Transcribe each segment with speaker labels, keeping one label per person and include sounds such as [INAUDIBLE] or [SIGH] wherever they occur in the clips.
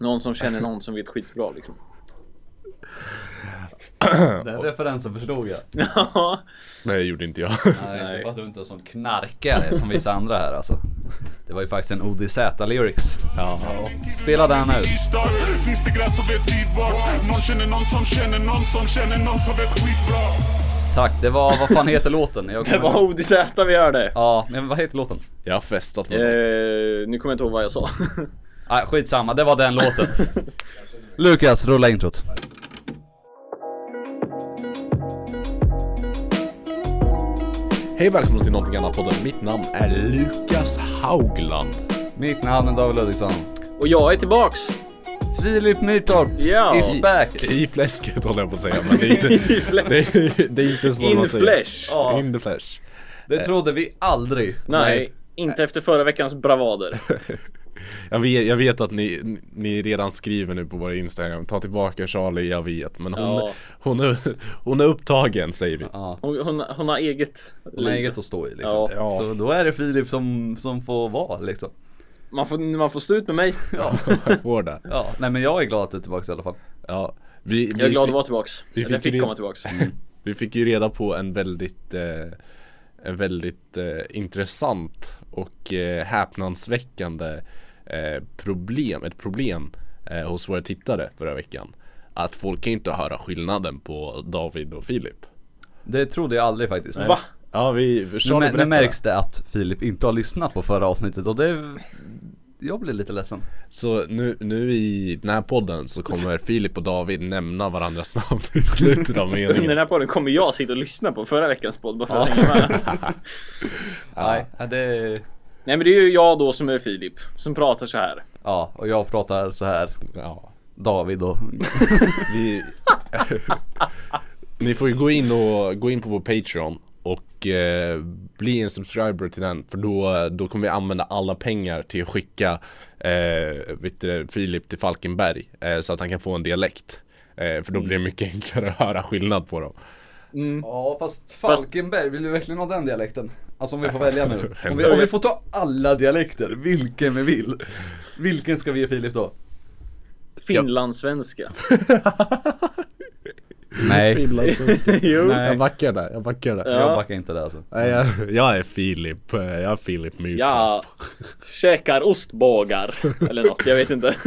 Speaker 1: Någon som känner någon som vet skitbra liksom.
Speaker 2: Den referensen förstod jag.
Speaker 1: Ja.
Speaker 3: Nej, det gjorde
Speaker 1: [LAUGHS]
Speaker 3: inte jag.
Speaker 2: Nej,
Speaker 1: Nej.
Speaker 2: jag fattar inte en sån knarkare som vissa andra här alltså. Det var ju faktiskt en ODZ-lyrics. Ja. Spela den nu.
Speaker 4: Tisdag, finns det gräs så vet vi vart Någon känner någon som känner någon som känner någon som vet skitbra
Speaker 2: Tack, det var, vad fan heter låten? [LAUGHS] Jag
Speaker 1: Det var ODZ vi hörde.
Speaker 2: Ja, men vad heter låten?
Speaker 3: Jag har festat med mig.
Speaker 1: Eh, nu kommer jag inte ihåg vad jag sa. [LAUGHS]
Speaker 2: Nej, skitsamma, det var den [LAUGHS] låten. Lukas, rulla introt.
Speaker 3: Hej välkomna till någonting annat podden. Mitt namn är Lukas Haugland.
Speaker 2: Mitt namn är David Ludvigsson.
Speaker 1: Och jag är tillbaks.
Speaker 2: Filip Myrtorp
Speaker 1: Ja.
Speaker 2: is back.
Speaker 3: I fläsket håller jag på att säga, men det är
Speaker 1: [LAUGHS]
Speaker 3: inte,
Speaker 1: I flesh.
Speaker 3: det är, det är inte så
Speaker 1: In
Speaker 3: man säger.
Speaker 1: flesh.
Speaker 2: Ja.
Speaker 3: In the flesh.
Speaker 2: Det trodde vi aldrig.
Speaker 1: Nej, inte efter förra veckans bravader.
Speaker 3: Jag vet, jag vet att ni, ni redan skriver nu på våra Instagram, ta tillbaka Charlie, jag vet. Men hon,
Speaker 1: Ja.
Speaker 3: hon, är, hon är upptagen säger vi.
Speaker 2: Ja,
Speaker 1: Hon, hon, hon har eget
Speaker 2: hon har
Speaker 1: liv.
Speaker 2: eget att stå i liksom.
Speaker 1: Ja.
Speaker 3: Ja.
Speaker 2: Så då är det Filip som, som får vara liksom.
Speaker 1: Man får, man får stå ut med mig.
Speaker 2: Ja.
Speaker 3: [LAUGHS] Jag får det.
Speaker 2: ja, nej men jag är glad att du är tillbaka i alla fall.
Speaker 3: Ja. Vi,
Speaker 1: Jag är
Speaker 3: vi
Speaker 1: glad att
Speaker 3: fick-
Speaker 1: vara tillbaks.
Speaker 3: vi
Speaker 1: Eller
Speaker 3: fick ju
Speaker 1: fick
Speaker 3: det.
Speaker 1: komma tillbaks.
Speaker 3: Vi fick ju reda på en väldigt, eh, en väldigt eh, intressant och eh, häpnadsväckande eh, problem, ett problem eh, hos våra tittare förra veckan. Att folk kan ju inte höra skillnaden på David och Filip.
Speaker 2: Det trodde jag aldrig faktiskt. [LAUGHS]
Speaker 1: Va?
Speaker 3: Ja, vi,
Speaker 2: Nu,
Speaker 3: Charlie
Speaker 2: mär- nu
Speaker 3: berätta.
Speaker 2: märks det att Filip inte har lyssnat på förra avsnittet och det... Jag blir lite ledsen.
Speaker 3: Så nu, nu i den här podden så kommer Filip och David nämna varandras namn i slutet av
Speaker 1: Under
Speaker 3: [LAUGHS]
Speaker 1: den
Speaker 3: meningen.
Speaker 1: här podden kommer jag sitta och lyssna på förra veckans podd bara för att hänga med.
Speaker 2: Nej, ja, det...
Speaker 1: Nej men det är ju jag då som är Filip, som pratar så här.
Speaker 2: Ja, och jag pratar så här.
Speaker 3: Ja,
Speaker 2: David och...
Speaker 3: vi... [LAUGHS] Ni får ju gå in, och, gå in på vår Patreon och eh, bli en subscriber till den för då, då kommer vi använda alla pengar till att skicka eh, vet du, Filip till Falkenberg eh, så att han kan få en dialekt. Eh, för då blir det mycket enklare att höra skillnad på dem.
Speaker 2: Ja, fast Falkenberg, vill du verkligen ha den dialekten? Alltså om vi får välja [LAUGHS] nu. Om vi,
Speaker 3: Om vi
Speaker 2: får ta alla dialekter, vilken vi vill. Vilken ska vi ge Filip då?
Speaker 1: Finlandssvenska.
Speaker 2: Nej,
Speaker 1: jo.
Speaker 2: Nej.
Speaker 3: Jag backar där, jag backar där.
Speaker 2: jag
Speaker 1: Ja.
Speaker 2: backar inte det [LAUGHS] alltså.
Speaker 3: Nej, jag, jag är Filip, eh, jag är Filip Myrkamp.
Speaker 1: Ja, käkar ostbågar. Eller något, jag vet inte. [LAUGHS]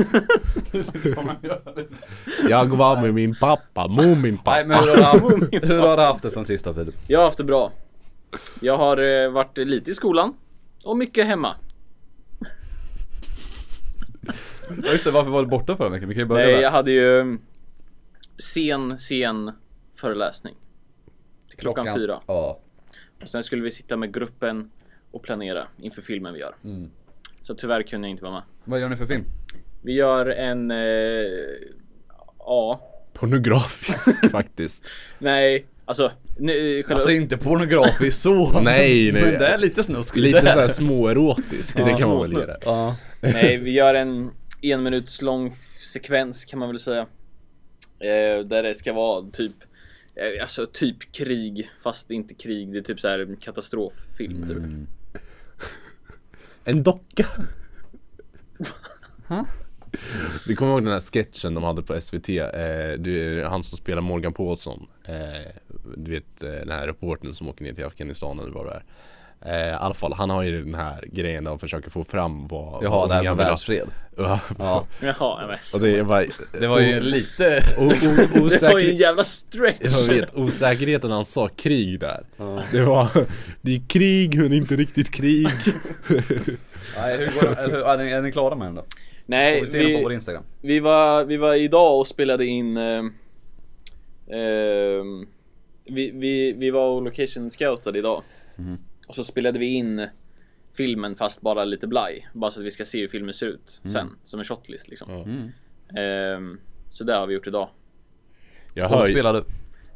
Speaker 3: Jag var med min pappa, mor min
Speaker 2: Nej
Speaker 3: pappa.
Speaker 2: men hur har, du [LAUGHS] haft, hur har du haft det sen sista Filip?
Speaker 1: Jag har haft det bra. Jag har eh, varit lite i skolan och mycket hemma.
Speaker 2: Ja just det, varför var du borta förra veckan? Vi kan ju börja
Speaker 1: Nej,
Speaker 2: där.
Speaker 1: jag hade ju mm, sen, sen föreläsning. Till Klockan, fyra.
Speaker 2: Ja.
Speaker 1: Och sen skulle vi sitta med gruppen och planera inför filmen vi gör. Så tyvärr kunde jag inte vara med.
Speaker 2: Vad gör ni för film?
Speaker 1: Vi gör en... Eh, ja.
Speaker 3: Pornografisk [LAUGHS] faktiskt.
Speaker 1: Nej. Alltså, nu, själva
Speaker 2: Alltså inte pornografiskt så.
Speaker 3: [LAUGHS] Nej, nej.
Speaker 2: Men det är lite snusk.
Speaker 3: Lite
Speaker 2: [LAUGHS]
Speaker 3: såhär småerotisk, det kan man väl
Speaker 1: småsnusk.
Speaker 3: ge det.
Speaker 2: Ja.
Speaker 1: Nej, vi gör en en minuts lång sekvens kan man väl säga. Eh, där det ska vara typ, eh, alltså typ krig, fast det är inte krig, det är typ så här en katastroffilm typ.
Speaker 3: En docka. Du kommer ihåg den här sketchen de hade på SVT? Eh, du, han som spelar Morgan Paulsson. Eh, du vet eh, den här reportern som åker ner till Afghanistan eller vad det är. Eh, I alla fall, han har ju den här grejen där han försöker få fram vad...
Speaker 2: Jaha,
Speaker 3: vad
Speaker 2: det här
Speaker 3: unga
Speaker 2: med
Speaker 3: vill ha.
Speaker 2: världsfred.
Speaker 3: Ja. Oh.
Speaker 2: Ja.
Speaker 1: Jaha, nej,
Speaker 3: [LAUGHS] Och det, är bara,
Speaker 2: Det var ju lite... [LAUGHS]
Speaker 3: O, o,
Speaker 1: men. [LAUGHS] Det var ju en
Speaker 3: osäker,
Speaker 1: jävla stretch!
Speaker 3: jag vet, osäkerheten när han sa krig där. Det var, det är krig men inte riktigt krig.
Speaker 2: Nej, hur går det? Eller hur- Är ni, är ni klara med den då? Får
Speaker 1: Nej,
Speaker 2: vi se den på vår
Speaker 1: vi,
Speaker 2: Instagram?
Speaker 1: vi, var, vi var idag och spelade in ehm, ehm, vi, vi, vi var och location scoutade idag.
Speaker 2: Mhm.
Speaker 1: Och så spelade vi in filmen fast bara lite blaj. Bara så att vi ska se hur filmen ser ut
Speaker 3: Mm.
Speaker 1: sen. Som en shotlist liksom.
Speaker 2: Mm.
Speaker 1: Ehm, så det har vi gjort idag.
Speaker 3: Jag
Speaker 2: Hon
Speaker 3: hör, ju-
Speaker 2: spelade...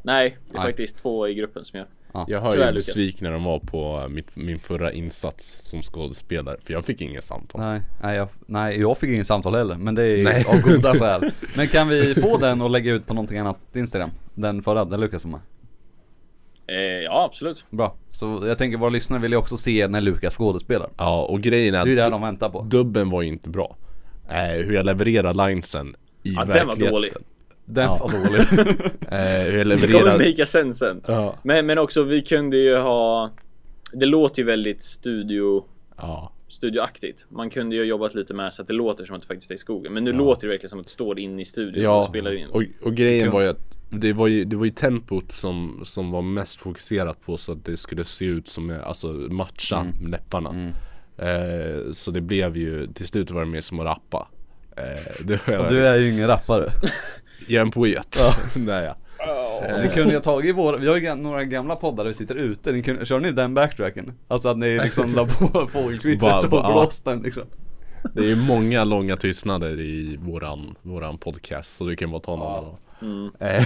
Speaker 1: Nej, det är
Speaker 2: Nej.
Speaker 1: faktiskt två i gruppen som gör.
Speaker 3: jag hör
Speaker 1: Tyvärr,
Speaker 3: ju
Speaker 1: Lukas.
Speaker 3: besvikna de var på eh, mitt, min förra insats som skådespelare. För jag fick inget samtal.
Speaker 2: Nej, nej jag, nej, jag fick ingen samtal heller, men det är
Speaker 3: Nej.
Speaker 2: av
Speaker 3: [LAUGHS]
Speaker 2: goda skäl. Men kan vi få den och lägga ut på någonting annat Instagram? Den förra, den Lukas var med.
Speaker 1: Eh, ja, absolut.
Speaker 2: Bra. Så jag tänker våra lyssnare vill ju också se när Lukas skådespelar.
Speaker 3: Ja och grejen är
Speaker 2: Det är ju det
Speaker 3: att
Speaker 2: de väntar på.
Speaker 3: dubben var ju inte bra. eh, hur jag levererar linesen i
Speaker 1: Ja, den
Speaker 3: verkligheten.
Speaker 1: var dålig.
Speaker 3: Den var dålig. [LAUGHS] eh, hur jag
Speaker 1: Det kommer
Speaker 3: levererar...
Speaker 1: make sense sen.
Speaker 3: Ja.
Speaker 1: Men, men också vi kunde ju ha Det låter ju väldigt studio
Speaker 3: Ja.
Speaker 1: Studioaktigt Man kunde ju ha jobbat lite med så att det låter som att det faktiskt är i skogen Men nu låter det verkligen som att det står inne i studion och
Speaker 3: Ja,
Speaker 1: spelar in
Speaker 3: och, och grejen var ju att det var ju, det var ju tempot som, som var mest fokuserat på så att det skulle se ut som, eh, alltså matcha
Speaker 2: Mm.
Speaker 3: läpparna. Eh, så det blev ju, till slut var det mer som att rappa. Eh, det var,
Speaker 2: Och [LAUGHS] du är ju ingen rappare.
Speaker 3: [LAUGHS] Jag är en poet. [LAUGHS] Nej, ja.
Speaker 2: Och Ni kunde ju ha tagit våra, vi har ju ga- några gamla poddar där vi sitter ute, ni kunde, kör ni den backtracken? Alltså att ni liksom la på [LAUGHS]
Speaker 3: Bara-
Speaker 2: fågelkvittret och
Speaker 3: bara-
Speaker 2: blåste den liksom
Speaker 3: Det är ju många långa tystnader i våran, våran podcast så du kan bara ta någon av dem.
Speaker 1: Mm.
Speaker 3: Eh,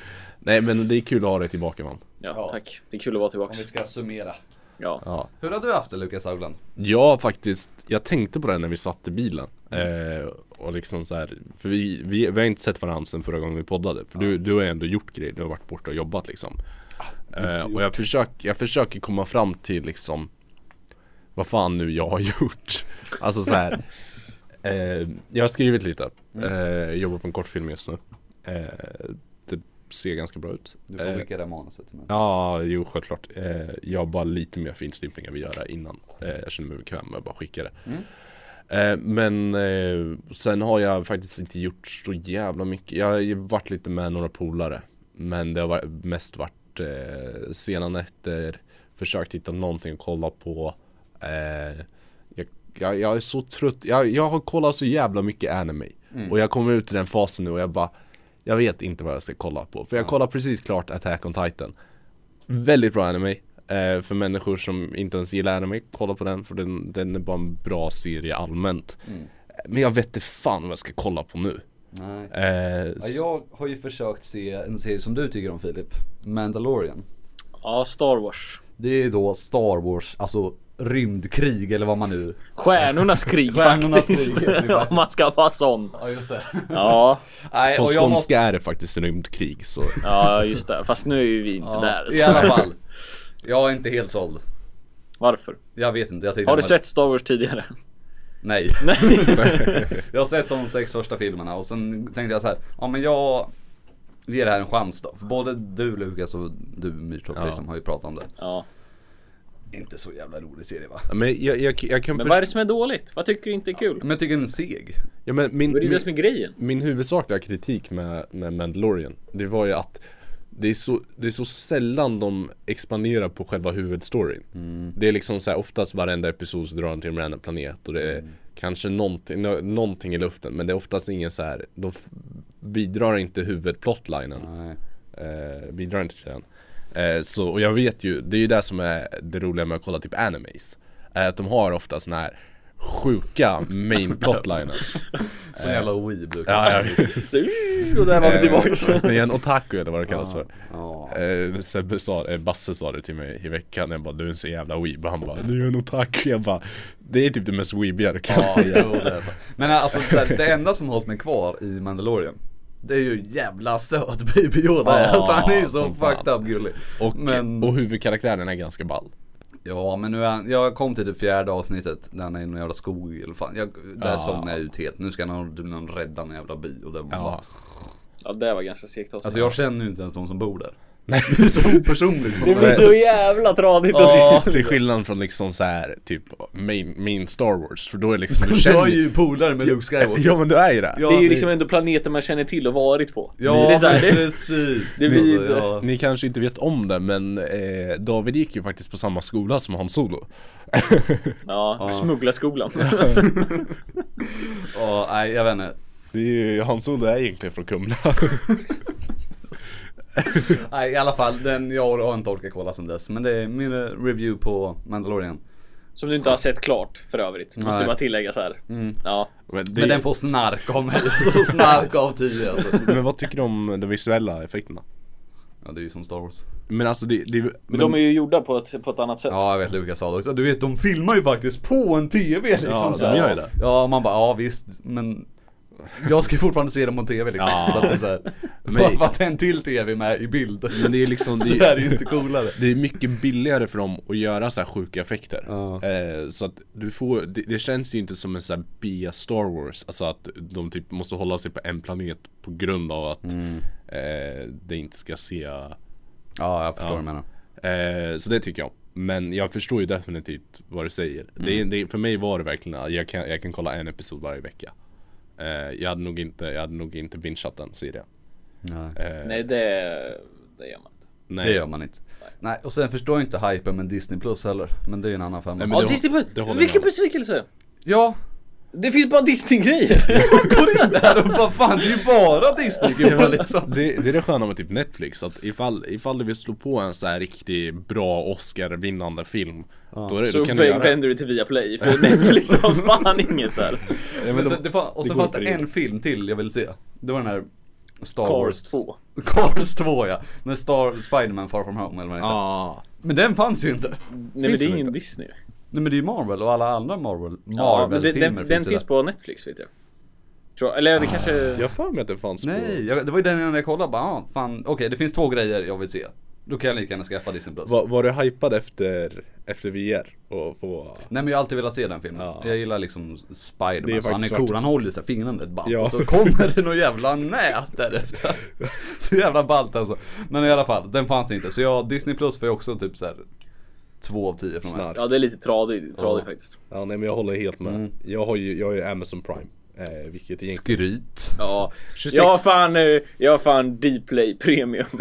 Speaker 3: [LAUGHS] Nej men det är kul att ha dig tillbaka man.
Speaker 1: ja,
Speaker 2: ja.
Speaker 1: tack Det är kul att vara tillbaka
Speaker 2: ska summera
Speaker 1: ja.
Speaker 3: Ja.
Speaker 2: Hur har du haft det Lukas Haugland?
Speaker 3: Jag har faktiskt, jag tänkte på det när vi satt i bilen eh, Och liksom så här, för vi, vi, vi har inte sett varandra sen förra gången vi poddade För du, du har ändå gjort grejer, du har varit borta och jobbat liksom eh, Och jag, försök, jag försöker komma fram till liksom Vad fan nu jag har [LAUGHS] gjort Alltså så här. Eh, jag har skrivit lite eh, Jobbar på en kortfilm just nu eh, Det ser ganska bra ut
Speaker 2: Du
Speaker 3: Eh,
Speaker 2: får skicka det manuset till mig
Speaker 3: Ja, jo självklart. Eh, jag har bara lite mer finstimpningar vi göra innan. Eh, jag känner mig bekväm med att bara skicka det. Eh, men eh, sen har jag faktiskt inte gjort så jävla mycket. Jag har ju varit lite med några polare. Men det har varit- mest varit eh, sena nätter. Försökt hitta någonting att kolla på. Eh, jag, jag, jag är så trött. Jag, jag har kollat så jävla mycket anime. Och jag kommer ut i den fasen nu och jag bara jag vet inte vad jag ska kolla på. För jag kollar precis klart Attack on Titan. Väldigt bra anime. Eh, för människor som inte ens gillar anime, kolla på den för den, den är bara en bra serie allmänt.
Speaker 1: Mm.
Speaker 3: Men jag vet inte fan vad jag ska kolla på nu.
Speaker 2: Nej.
Speaker 3: Eh,
Speaker 2: Ja,
Speaker 3: s-
Speaker 2: jag har ju försökt se en serie som du tycker om Filip, Mandalorian
Speaker 1: ja, Star Wars
Speaker 2: Det är då Star Wars, alltså rymdkrig eller vad man nu
Speaker 1: Stjärnornas krig
Speaker 2: Stjärnornas
Speaker 1: faktiskt
Speaker 2: krig, det är faktiskt-
Speaker 1: Om man ska vara sån
Speaker 2: Ja just det
Speaker 1: Ja,
Speaker 2: [LAUGHS] Nej
Speaker 3: På
Speaker 2: och jag måste,
Speaker 3: skånska är det faktiskt rymdkrig så
Speaker 1: ja just det Fast nu är ju vi inte där
Speaker 2: ja,
Speaker 1: så.
Speaker 2: i alla fall Jag är inte helt såld
Speaker 1: Varför?
Speaker 2: Jag vet inte, jag tyckte
Speaker 1: Har
Speaker 2: den
Speaker 1: du
Speaker 2: var-
Speaker 1: sett Star Wars
Speaker 2: [LAUGHS]
Speaker 1: tidigare?
Speaker 2: Nej Jag har sett de sex första filmerna och sen tänkte jag så här, ja men jag ger det här en chans då. För både du Lukas och du Myrtop
Speaker 3: Ja.
Speaker 2: liksom har ju pratat om det.
Speaker 1: Ja
Speaker 2: Inte så jävla rolig serie va?
Speaker 3: Men jag, jag, jag kan
Speaker 1: Men vad är det
Speaker 3: förstå
Speaker 1: som är dåligt? Vad tycker du inte är kul?
Speaker 2: Men jag tycker den är seg.
Speaker 3: ja, men min,
Speaker 1: Vad är det
Speaker 3: min,
Speaker 1: som är grejen?
Speaker 3: min huvudsakliga kritik med, med Mandalorian Det var ju att det är, så, det är så sällan de expanderar på själva huvudstoryn Det är liksom så här, oftast varenda episod så drar de till en random planet och det är kanske någonting, nå- någonting i luften Men det är oftast ingen så här, de f- bidrar inte huvudplotlinen
Speaker 2: Nej.
Speaker 3: eh, Bidrar inte till den eh, Så, och jag vet ju, det är ju det som är det roliga med att kolla typ animes är Att de har ofta såna här sjuka main plotlinen
Speaker 2: Sån jävla weeb Lukas.
Speaker 3: Ja, ja.
Speaker 1: Så, och där var vi tillbaka
Speaker 3: Det är en otaku eller vad det kallas för
Speaker 2: Ja.
Speaker 3: eh, Sebbe sa, eh, Basse sa det till mig i veckan, jag bara du är en så jävla weeb och han bara du är en otaku, jag bara Det är typ det mest weebiga du
Speaker 2: [LAUGHS]
Speaker 3: kan
Speaker 2: Ja,
Speaker 3: säga
Speaker 2: jo, det är det. Men alltså så här, det enda som hållit mig kvar i Mandalorian det är ju jävla söt baby Yoda.
Speaker 3: Ja,
Speaker 2: alltså han är ju så
Speaker 3: som fan.
Speaker 2: fucked up gullig.
Speaker 3: och,
Speaker 2: Men-
Speaker 3: och huvudkaraktären är ganska ball
Speaker 2: Ja men nu är han, jag kom till det fjärde avsnittet när han är i någon jävla skog eller fan. Jag, där
Speaker 3: Ja.
Speaker 2: somnade jag ut helt. Nu ska någon, någon rädda en jävla by och det var bara,
Speaker 3: Ja,
Speaker 1: [LAUGHS] Ja det var ganska segt också
Speaker 2: Alltså jag känner ju inte ens de som bor där.
Speaker 3: Nej.
Speaker 2: [LAUGHS] Det är så opersonligt.
Speaker 1: Det blir så jävla tradigt att
Speaker 3: ja
Speaker 1: se
Speaker 3: Alltså, till skillnad från liksom så här typ main, main Star Wars för då
Speaker 2: [LAUGHS]
Speaker 3: är liksom du
Speaker 2: Jag är
Speaker 3: känner
Speaker 2: ju polare med Luke Skywalker.
Speaker 3: Ja men du är ju det!
Speaker 1: Det är ju
Speaker 2: det-
Speaker 1: liksom ändå planeter man känner till och varit på
Speaker 2: Ja
Speaker 1: det är så här,
Speaker 2: men
Speaker 1: det,
Speaker 2: precis.
Speaker 1: det blir-
Speaker 2: Alltså, ja.
Speaker 3: Ni kanske inte vet om det men eh, David gick ju faktiskt på samma skola som Han Solo [LAUGHS]
Speaker 1: ja, smugglarskolan
Speaker 2: Ja, nej jag vet inte.
Speaker 3: Det är ju, Han Solo är egentligen
Speaker 1: [LAUGHS]
Speaker 3: från Kumla
Speaker 2: Nej i alla fall den, jag har inte orkat kolla sen dess. Men det är min eh, review på Mandalorian.
Speaker 1: [LAUGHS] Som du inte har sett klart för övrigt Måste
Speaker 2: Nej. Mm.
Speaker 1: bara tillägga så här Ja
Speaker 3: men, det,
Speaker 2: Men den får snark av mig. [LAUGHS] Så snark av 10 alltså.
Speaker 3: [LAUGHS] men vad tycker du om de visuella effekterna?
Speaker 2: Ja det är ju som Star Wars.
Speaker 3: Men alltså det, det men,
Speaker 1: Men de är ju gjorda på ett, på ett annat sätt
Speaker 2: Ja jag vet Lukas sa det också, du vet de filmar ju faktiskt på en TV liksom
Speaker 3: Ja,
Speaker 2: så
Speaker 3: de
Speaker 2: här.
Speaker 3: gör ju det.
Speaker 2: Ja man bara, ja visst men Jag ska ju fortfarande se dem på TV liksom.
Speaker 3: Ja.
Speaker 2: Så att det är så här,
Speaker 3: Men-
Speaker 2: Varför att en till TV med i bild?
Speaker 3: Men det är liksom,
Speaker 2: [LAUGHS] Det
Speaker 3: det
Speaker 2: här är
Speaker 3: är,
Speaker 2: ju inte coolare.
Speaker 3: det är mycket billigare för dem att göra så här sjuka effekter.
Speaker 2: Ja.
Speaker 3: Eh, så att du får, det, det känns ju inte som en så här B Star Wars. Alltså att de typ måste hålla sig på en planet på grund av att
Speaker 1: Mm.
Speaker 3: eh, det inte ska se
Speaker 2: Ja, jag förstår vad du menar.
Speaker 3: Eh, så det tycker jag. Men jag förstår ju definitivt vad du säger. Det,
Speaker 2: Mm.
Speaker 3: det, för mig var det verkligen, att jag kan, jag kan kolla en episod varje vecka. Eh, jag hade nog inte, jag hade nog inte bingeat den serien.
Speaker 2: Nej.
Speaker 1: Nej, det, det gör man inte.
Speaker 3: Eh, Nej.
Speaker 2: Det gör man inte. Nej, och sen förstår jag inte hypen med Disney Plus heller. Men det är ju en annan femma.
Speaker 3: Nej, men
Speaker 1: Ja,
Speaker 3: det-
Speaker 1: Disney
Speaker 3: det håller
Speaker 1: Plus. Vilken
Speaker 3: jag med.
Speaker 1: besvikelse!
Speaker 2: Ja,
Speaker 1: Det finns bara Disney-grejer.
Speaker 2: där och vad fan det är ju bara Disney-gubbar liksom.
Speaker 3: Det, det är det sköna med typ Netflix, att ifall, ifall du vill slå på en så här riktigt bra Oscar-vinnande film Då, är det,
Speaker 1: Så
Speaker 3: då kan du göra
Speaker 1: vänder du till Viaplay för Netflix
Speaker 3: [LAUGHS]
Speaker 1: har fan inget där.
Speaker 3: ja,
Speaker 2: Men sen,
Speaker 3: men de,
Speaker 2: Alltså, det fan, och
Speaker 3: det
Speaker 2: sen
Speaker 3: går
Speaker 2: fanns det
Speaker 3: inte
Speaker 2: en
Speaker 3: riktigt.
Speaker 2: film till jag ville se. Det var den här Star Wars
Speaker 1: Cars 2.
Speaker 2: Cars 2 ja. När Star Spider-Man Far From Home eller vad det heter.
Speaker 3: ah,
Speaker 2: Men den fanns ju inte.
Speaker 1: Nej men
Speaker 3: Finns
Speaker 1: det är
Speaker 3: den
Speaker 1: ingen
Speaker 3: inte?
Speaker 1: Disney.
Speaker 2: Nej men det är ju Marvel och alla andra Marvel.
Speaker 1: Ja, men det,
Speaker 2: Marvel-filmer
Speaker 1: den, den
Speaker 2: ju
Speaker 1: finns
Speaker 2: där.
Speaker 1: på Netflix vet jag. Tror, jag.
Speaker 3: Ah.
Speaker 1: eller det kanske...
Speaker 3: Jag har för mig att det fanns
Speaker 2: Nej, jag, det var ju den jag kollade bara, ah, fan okej det finns två grejer jag vill se. Då kan jag lika gärna skaffa Disney Plus.
Speaker 3: på var, var du hypad efter, efter VR? Och få...
Speaker 2: Nej men jag har alltid velat se den filmen.
Speaker 3: Ja.
Speaker 2: Jag gillar liksom
Speaker 3: Det
Speaker 2: Spiderman.
Speaker 3: är
Speaker 2: Så han är
Speaker 3: faktiskt
Speaker 2: cool,
Speaker 3: svart.
Speaker 2: han håller sig fingrarna i ett band.
Speaker 3: Ja.
Speaker 2: Och så kommer det något jävla nät därefter. [LAUGHS] Så jävla ballt alltså. Men i alla fall, den fanns inte. Så jag, Disney Plus får ju också typ så här två av tio från mig.
Speaker 3: Snark.
Speaker 1: Ja det är lite tradig, tradig faktiskt.
Speaker 3: Ja nej men jag håller helt med. Jag har ju, jag har ju Amazon Prime. Eh, vilket egentligen
Speaker 2: Skryt.
Speaker 1: Ja,
Speaker 3: 26.
Speaker 1: jag har fan, eh, jag har fan Dplay
Speaker 3: [LAUGHS]
Speaker 1: Premium. [LAUGHS]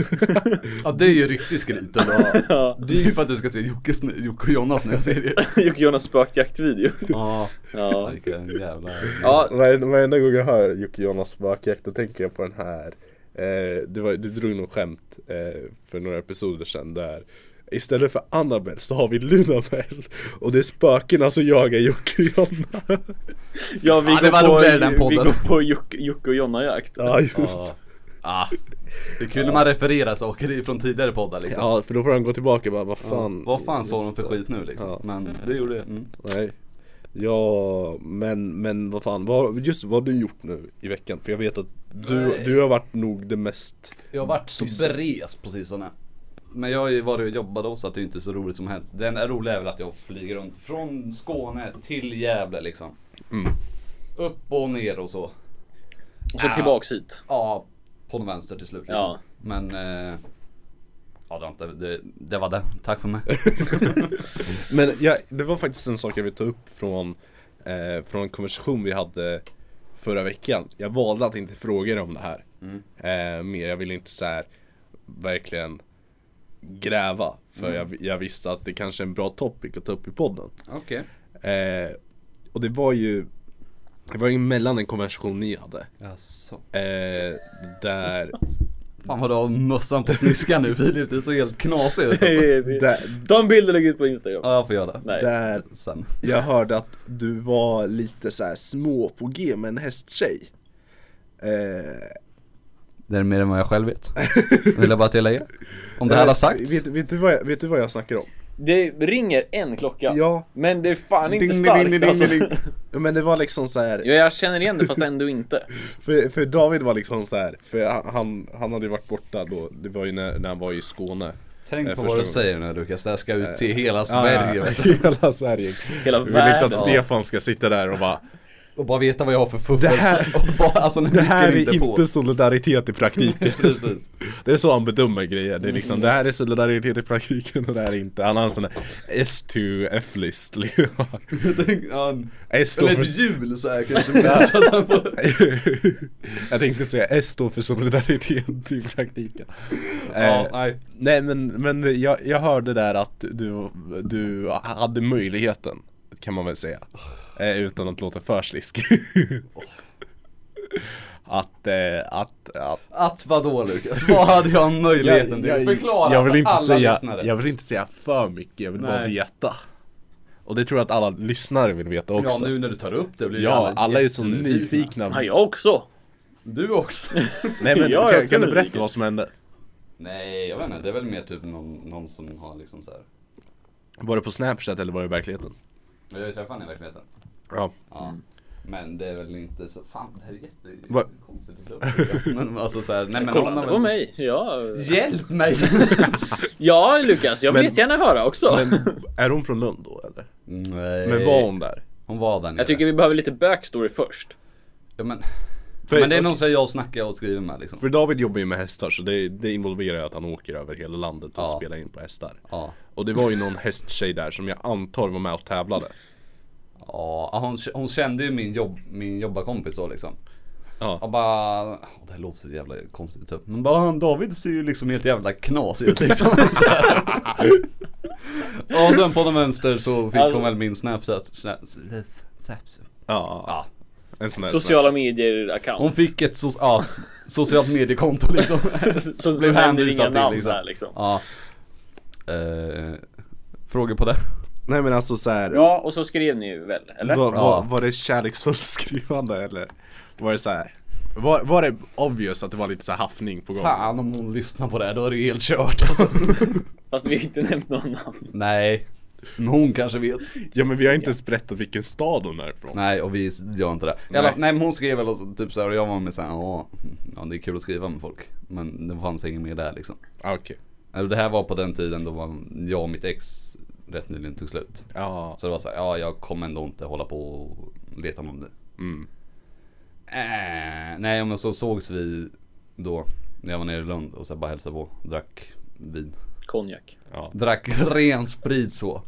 Speaker 2: Ja det är ju riktigt skryt ändå.
Speaker 1: Ja.
Speaker 2: Det är ju för att du ska se Jockes, Jocke och Jonas nya
Speaker 3: [LAUGHS]
Speaker 2: serie.
Speaker 1: Jocke Jonas spökjaktvideo.
Speaker 2: Ja.
Speaker 1: Ja.
Speaker 2: Vilken jävla...
Speaker 1: Ja,
Speaker 3: Varenda, varenda gång jag hör Jocke Jonas spökjakt då tänker jag på den här eh, du, var, du drog nog skämt eh, för några episoder sedan där Istället för Annabelle så har vi Lunabelle Och det är spökena som jagar Jocke och Jonna
Speaker 1: ja vi,
Speaker 2: Ja, det
Speaker 1: går
Speaker 2: var
Speaker 1: på,
Speaker 2: roligare den podden.
Speaker 1: vi går på Jocke, Jocke och Jonna-jakt.
Speaker 3: [LAUGHS] Ja just
Speaker 2: Ja. Ah. Det är kul när man refererar saker från tidigare poddar liksom.
Speaker 3: Ja för då får han gå tillbaka och bara vad fan
Speaker 2: Vad fan sa de
Speaker 3: just
Speaker 2: för
Speaker 3: det."
Speaker 2: skit nu liksom?
Speaker 3: Ja.
Speaker 2: Men det gjorde det. Mm.
Speaker 3: Nej Ja men, men vad fan, vad, just vad har du gjort nu i veckan? För jag vet att du, du har varit nog det mest
Speaker 2: Jag har varit så
Speaker 3: Pissa.
Speaker 2: bres på sistone. Men jag har ju varit och jobbat också så att det är inte så roligt som helst. Det enda roliga är väl att jag flyger runt från Skåne till Gävle liksom.
Speaker 3: Mm.
Speaker 2: Upp och ner och så.
Speaker 1: Och så tillbaks hit.
Speaker 2: Ja, på den vänster till slut liksom.
Speaker 1: Ja.
Speaker 2: Men... Eh, ja, det var, inte, det, det var det.
Speaker 1: [LAUGHS]
Speaker 2: Tack för mig.
Speaker 3: Men jag, det var faktiskt en sak jag vill ta upp från, eh, från en konversation vi hade förra veckan. Jag valde att inte fråga dig om det här. Eh, mer, jag ville inte så här verkligen gräva. För jag, jag visste att det kanske är en bra topic att ta upp i podden.
Speaker 2: Okej.
Speaker 3: Eh, och det var ju det var ju mellan en konversation ni hade.
Speaker 2: Jaså.
Speaker 3: Eh,
Speaker 1: [LAUGHS]
Speaker 3: där,
Speaker 2: Fan vad du har mössan på sniskan nu Filip. Du ser helt
Speaker 1: [LAUGHS]
Speaker 2: knasig ut.
Speaker 3: där,
Speaker 1: De bilder lägger ut på Instagram.
Speaker 2: Ja, jag får göra det.
Speaker 1: Nej.
Speaker 3: där
Speaker 2: Sen.
Speaker 3: Jag hörde att du var lite så här små på G med en hästtjej. Eh,
Speaker 2: Det är mer än vad jag själv
Speaker 1: [LAUGHS]
Speaker 2: vet. Vill jag bara tillägga. Om det här har sagts.
Speaker 3: eh, Vet, vet, du vad jag, vet du vad jag snackar om?
Speaker 1: Det ringer en klocka.
Speaker 3: Ja.
Speaker 1: Men det är fan inte
Speaker 3: Ding, ding,
Speaker 1: starkt
Speaker 3: ding, ding,
Speaker 1: alltså.
Speaker 3: ding, ding. Men det var liksom så här.
Speaker 1: Ja, jag känner igen det fast ändå inte.
Speaker 3: För, för David var liksom så här. För han- han, han hade ju varit borta då. Det var ju när, när han var i Skåne.
Speaker 2: Tänk
Speaker 3: Eh,
Speaker 2: på
Speaker 3: första
Speaker 2: vad du
Speaker 3: gången.
Speaker 2: säger nu Lukas, det här ska ut
Speaker 3: Eh,
Speaker 2: till hela Sverige vet du.
Speaker 3: [LAUGHS] hela Sverige.
Speaker 1: Hela
Speaker 3: Vi vill inte
Speaker 1: världen.
Speaker 3: att Stefan ska sitta där och bara
Speaker 2: Och bara veta vad jag har för fuffens.
Speaker 3: Det här-
Speaker 2: [LAUGHS] och bara, alltså, nu
Speaker 3: Det här är
Speaker 2: gick det
Speaker 3: inte
Speaker 2: på.
Speaker 3: solidaritet i praktiken.
Speaker 2: [LAUGHS] Precis. Mm.
Speaker 3: Det är så han bedömer grejer. Det är liksom, det här är solidaritet i praktiken och det här är inte. Han har en sån där S2F-list. liksom.
Speaker 2: Ja, en-
Speaker 3: [LAUGHS] S står
Speaker 2: Eller
Speaker 3: för...
Speaker 2: ett hjul såhär kanske.
Speaker 3: [LAUGHS]
Speaker 2: [LAUGHS]
Speaker 3: Jag tänkte säga S står för solidaritet i praktiken.
Speaker 2: ja,
Speaker 3: Eh,
Speaker 2: nej.
Speaker 3: nej men, men jag, jag hörde där att du, du hade möjligheten, kan man väl säga. Eh, utan att låta för slisk. [LAUGHS] att, eh, att, att
Speaker 2: Att vadå Lukas? Vad hade jag möjligheten till? Förklara
Speaker 3: jag vill
Speaker 2: för
Speaker 3: inte
Speaker 2: alla
Speaker 3: säga,
Speaker 2: lyssnare.
Speaker 3: Jag vill inte säga för mycket, jag vill bara
Speaker 2: Nej.
Speaker 3: veta. Och det tror jag att alla lyssnare vill veta
Speaker 2: Ja
Speaker 3: också.
Speaker 2: nu när du tar upp det blir
Speaker 3: Ja, alla är så
Speaker 2: jättenyfikna.
Speaker 3: nyfikna.
Speaker 1: Ja, jag också.
Speaker 2: Du också?
Speaker 3: [LAUGHS]
Speaker 1: [LAUGHS]
Speaker 2: [LAUGHS]
Speaker 3: Nej men
Speaker 1: Jag är
Speaker 3: kan,
Speaker 1: också
Speaker 3: kan du berätta
Speaker 1: nyfiken.
Speaker 3: vad som hände?
Speaker 2: Nej jag vet inte, det är väl mer typ någon, någon som har liksom såhär.
Speaker 3: Var det på Snapchat eller var det i verkligheten?
Speaker 2: Jag har ju träffat henne i verkligheten.
Speaker 3: Ja.
Speaker 2: Ja. Men det är väl inte så, fan det här är
Speaker 3: Va?
Speaker 2: jättekonstigt att ta upp, tycker jag. Men alltså såhär, nej men hon
Speaker 1: Kolla
Speaker 2: har
Speaker 1: inte
Speaker 2: väl-
Speaker 1: på mig. Ja,
Speaker 2: Hjälp
Speaker 3: [LAUGHS]
Speaker 2: mig!
Speaker 1: ja Lukas, jag vill
Speaker 3: Men-
Speaker 1: jättegärna höra också.
Speaker 3: Men är hon från Lund då eller?
Speaker 2: nej.
Speaker 3: Men var hon där?
Speaker 2: Hon var där nere.
Speaker 1: jag tycker vi behöver lite backstory först.
Speaker 2: ja, men,
Speaker 3: För,
Speaker 2: men det är någon som jag snackar och skriver med liksom.
Speaker 3: för David jobbar ju med hästar så det, det involverar ju att han åker över hela landet och
Speaker 2: Ja.
Speaker 3: spelar in på hästar.
Speaker 2: Ja.
Speaker 3: Och det var ju någon hästtjej där som jag antar var med och tävlade.
Speaker 2: Ja, hon, hon kände ju min, jobb, min jobbarkompis då liksom.
Speaker 3: Ja.
Speaker 2: Jag bara, åh, det här låter så jävla konstigt typ. Men bara han David ser ju liksom helt jävla knasig
Speaker 1: [LAUGHS]
Speaker 2: ut liksom. och sen på den vänster så fick
Speaker 1: Alltså-
Speaker 2: hon väl min snapchat. Snapchat.
Speaker 3: ja.
Speaker 2: Ja.
Speaker 3: En sån här
Speaker 1: Sociala
Speaker 3: Snapchat.
Speaker 2: Hon
Speaker 1: medier-account.
Speaker 2: fick ett so- ja, socialt mediekonto liksom.
Speaker 1: [LAUGHS] Så
Speaker 2: blev
Speaker 1: blev händer
Speaker 2: hänvisad
Speaker 1: inga
Speaker 2: till,
Speaker 1: namn
Speaker 2: liksom.
Speaker 1: där liksom.
Speaker 2: Ja. Eh, frågor på det?
Speaker 3: Nej men alltså såhär.
Speaker 1: Ja, och så skrev ni ju väl, eller?
Speaker 3: Var,
Speaker 2: Ja.
Speaker 3: var, var det kärleksfullt skrivande eller? Var det så här? Var, var det obvious att det var lite så här haffning på gång?
Speaker 2: Fan om hon lyssnar på det här då är det ju helt kört alltså.
Speaker 1: Fast vi har ju inte nämnt några namn.
Speaker 2: Nej. Men hon kanske vet.
Speaker 3: Ja men vi har inte ens berättat vilken stad hon är ifrån.
Speaker 2: Nej och vi gör inte det.
Speaker 3: Nej.
Speaker 2: Nej, nej men hon skrev väl och så- typ såhär och jag var med såhär, ja, ja det är kul att skriva med folk. Men det fanns inget mer där liksom.
Speaker 3: Ah, Okej.
Speaker 2: Eller det här var på den tiden då var jag och mitt ex rätt nyligen tog slut.
Speaker 3: Ja.
Speaker 2: Så det var såhär, ja jag kommer ändå inte hålla på och leta någon ny.
Speaker 3: Mm.
Speaker 2: Äh, nej men så sågs vi då när jag var nere i Lund och så bara hälsade på, drack vin.
Speaker 1: Konjak.
Speaker 3: Ja.
Speaker 2: Drack [LAUGHS] ren sprit så.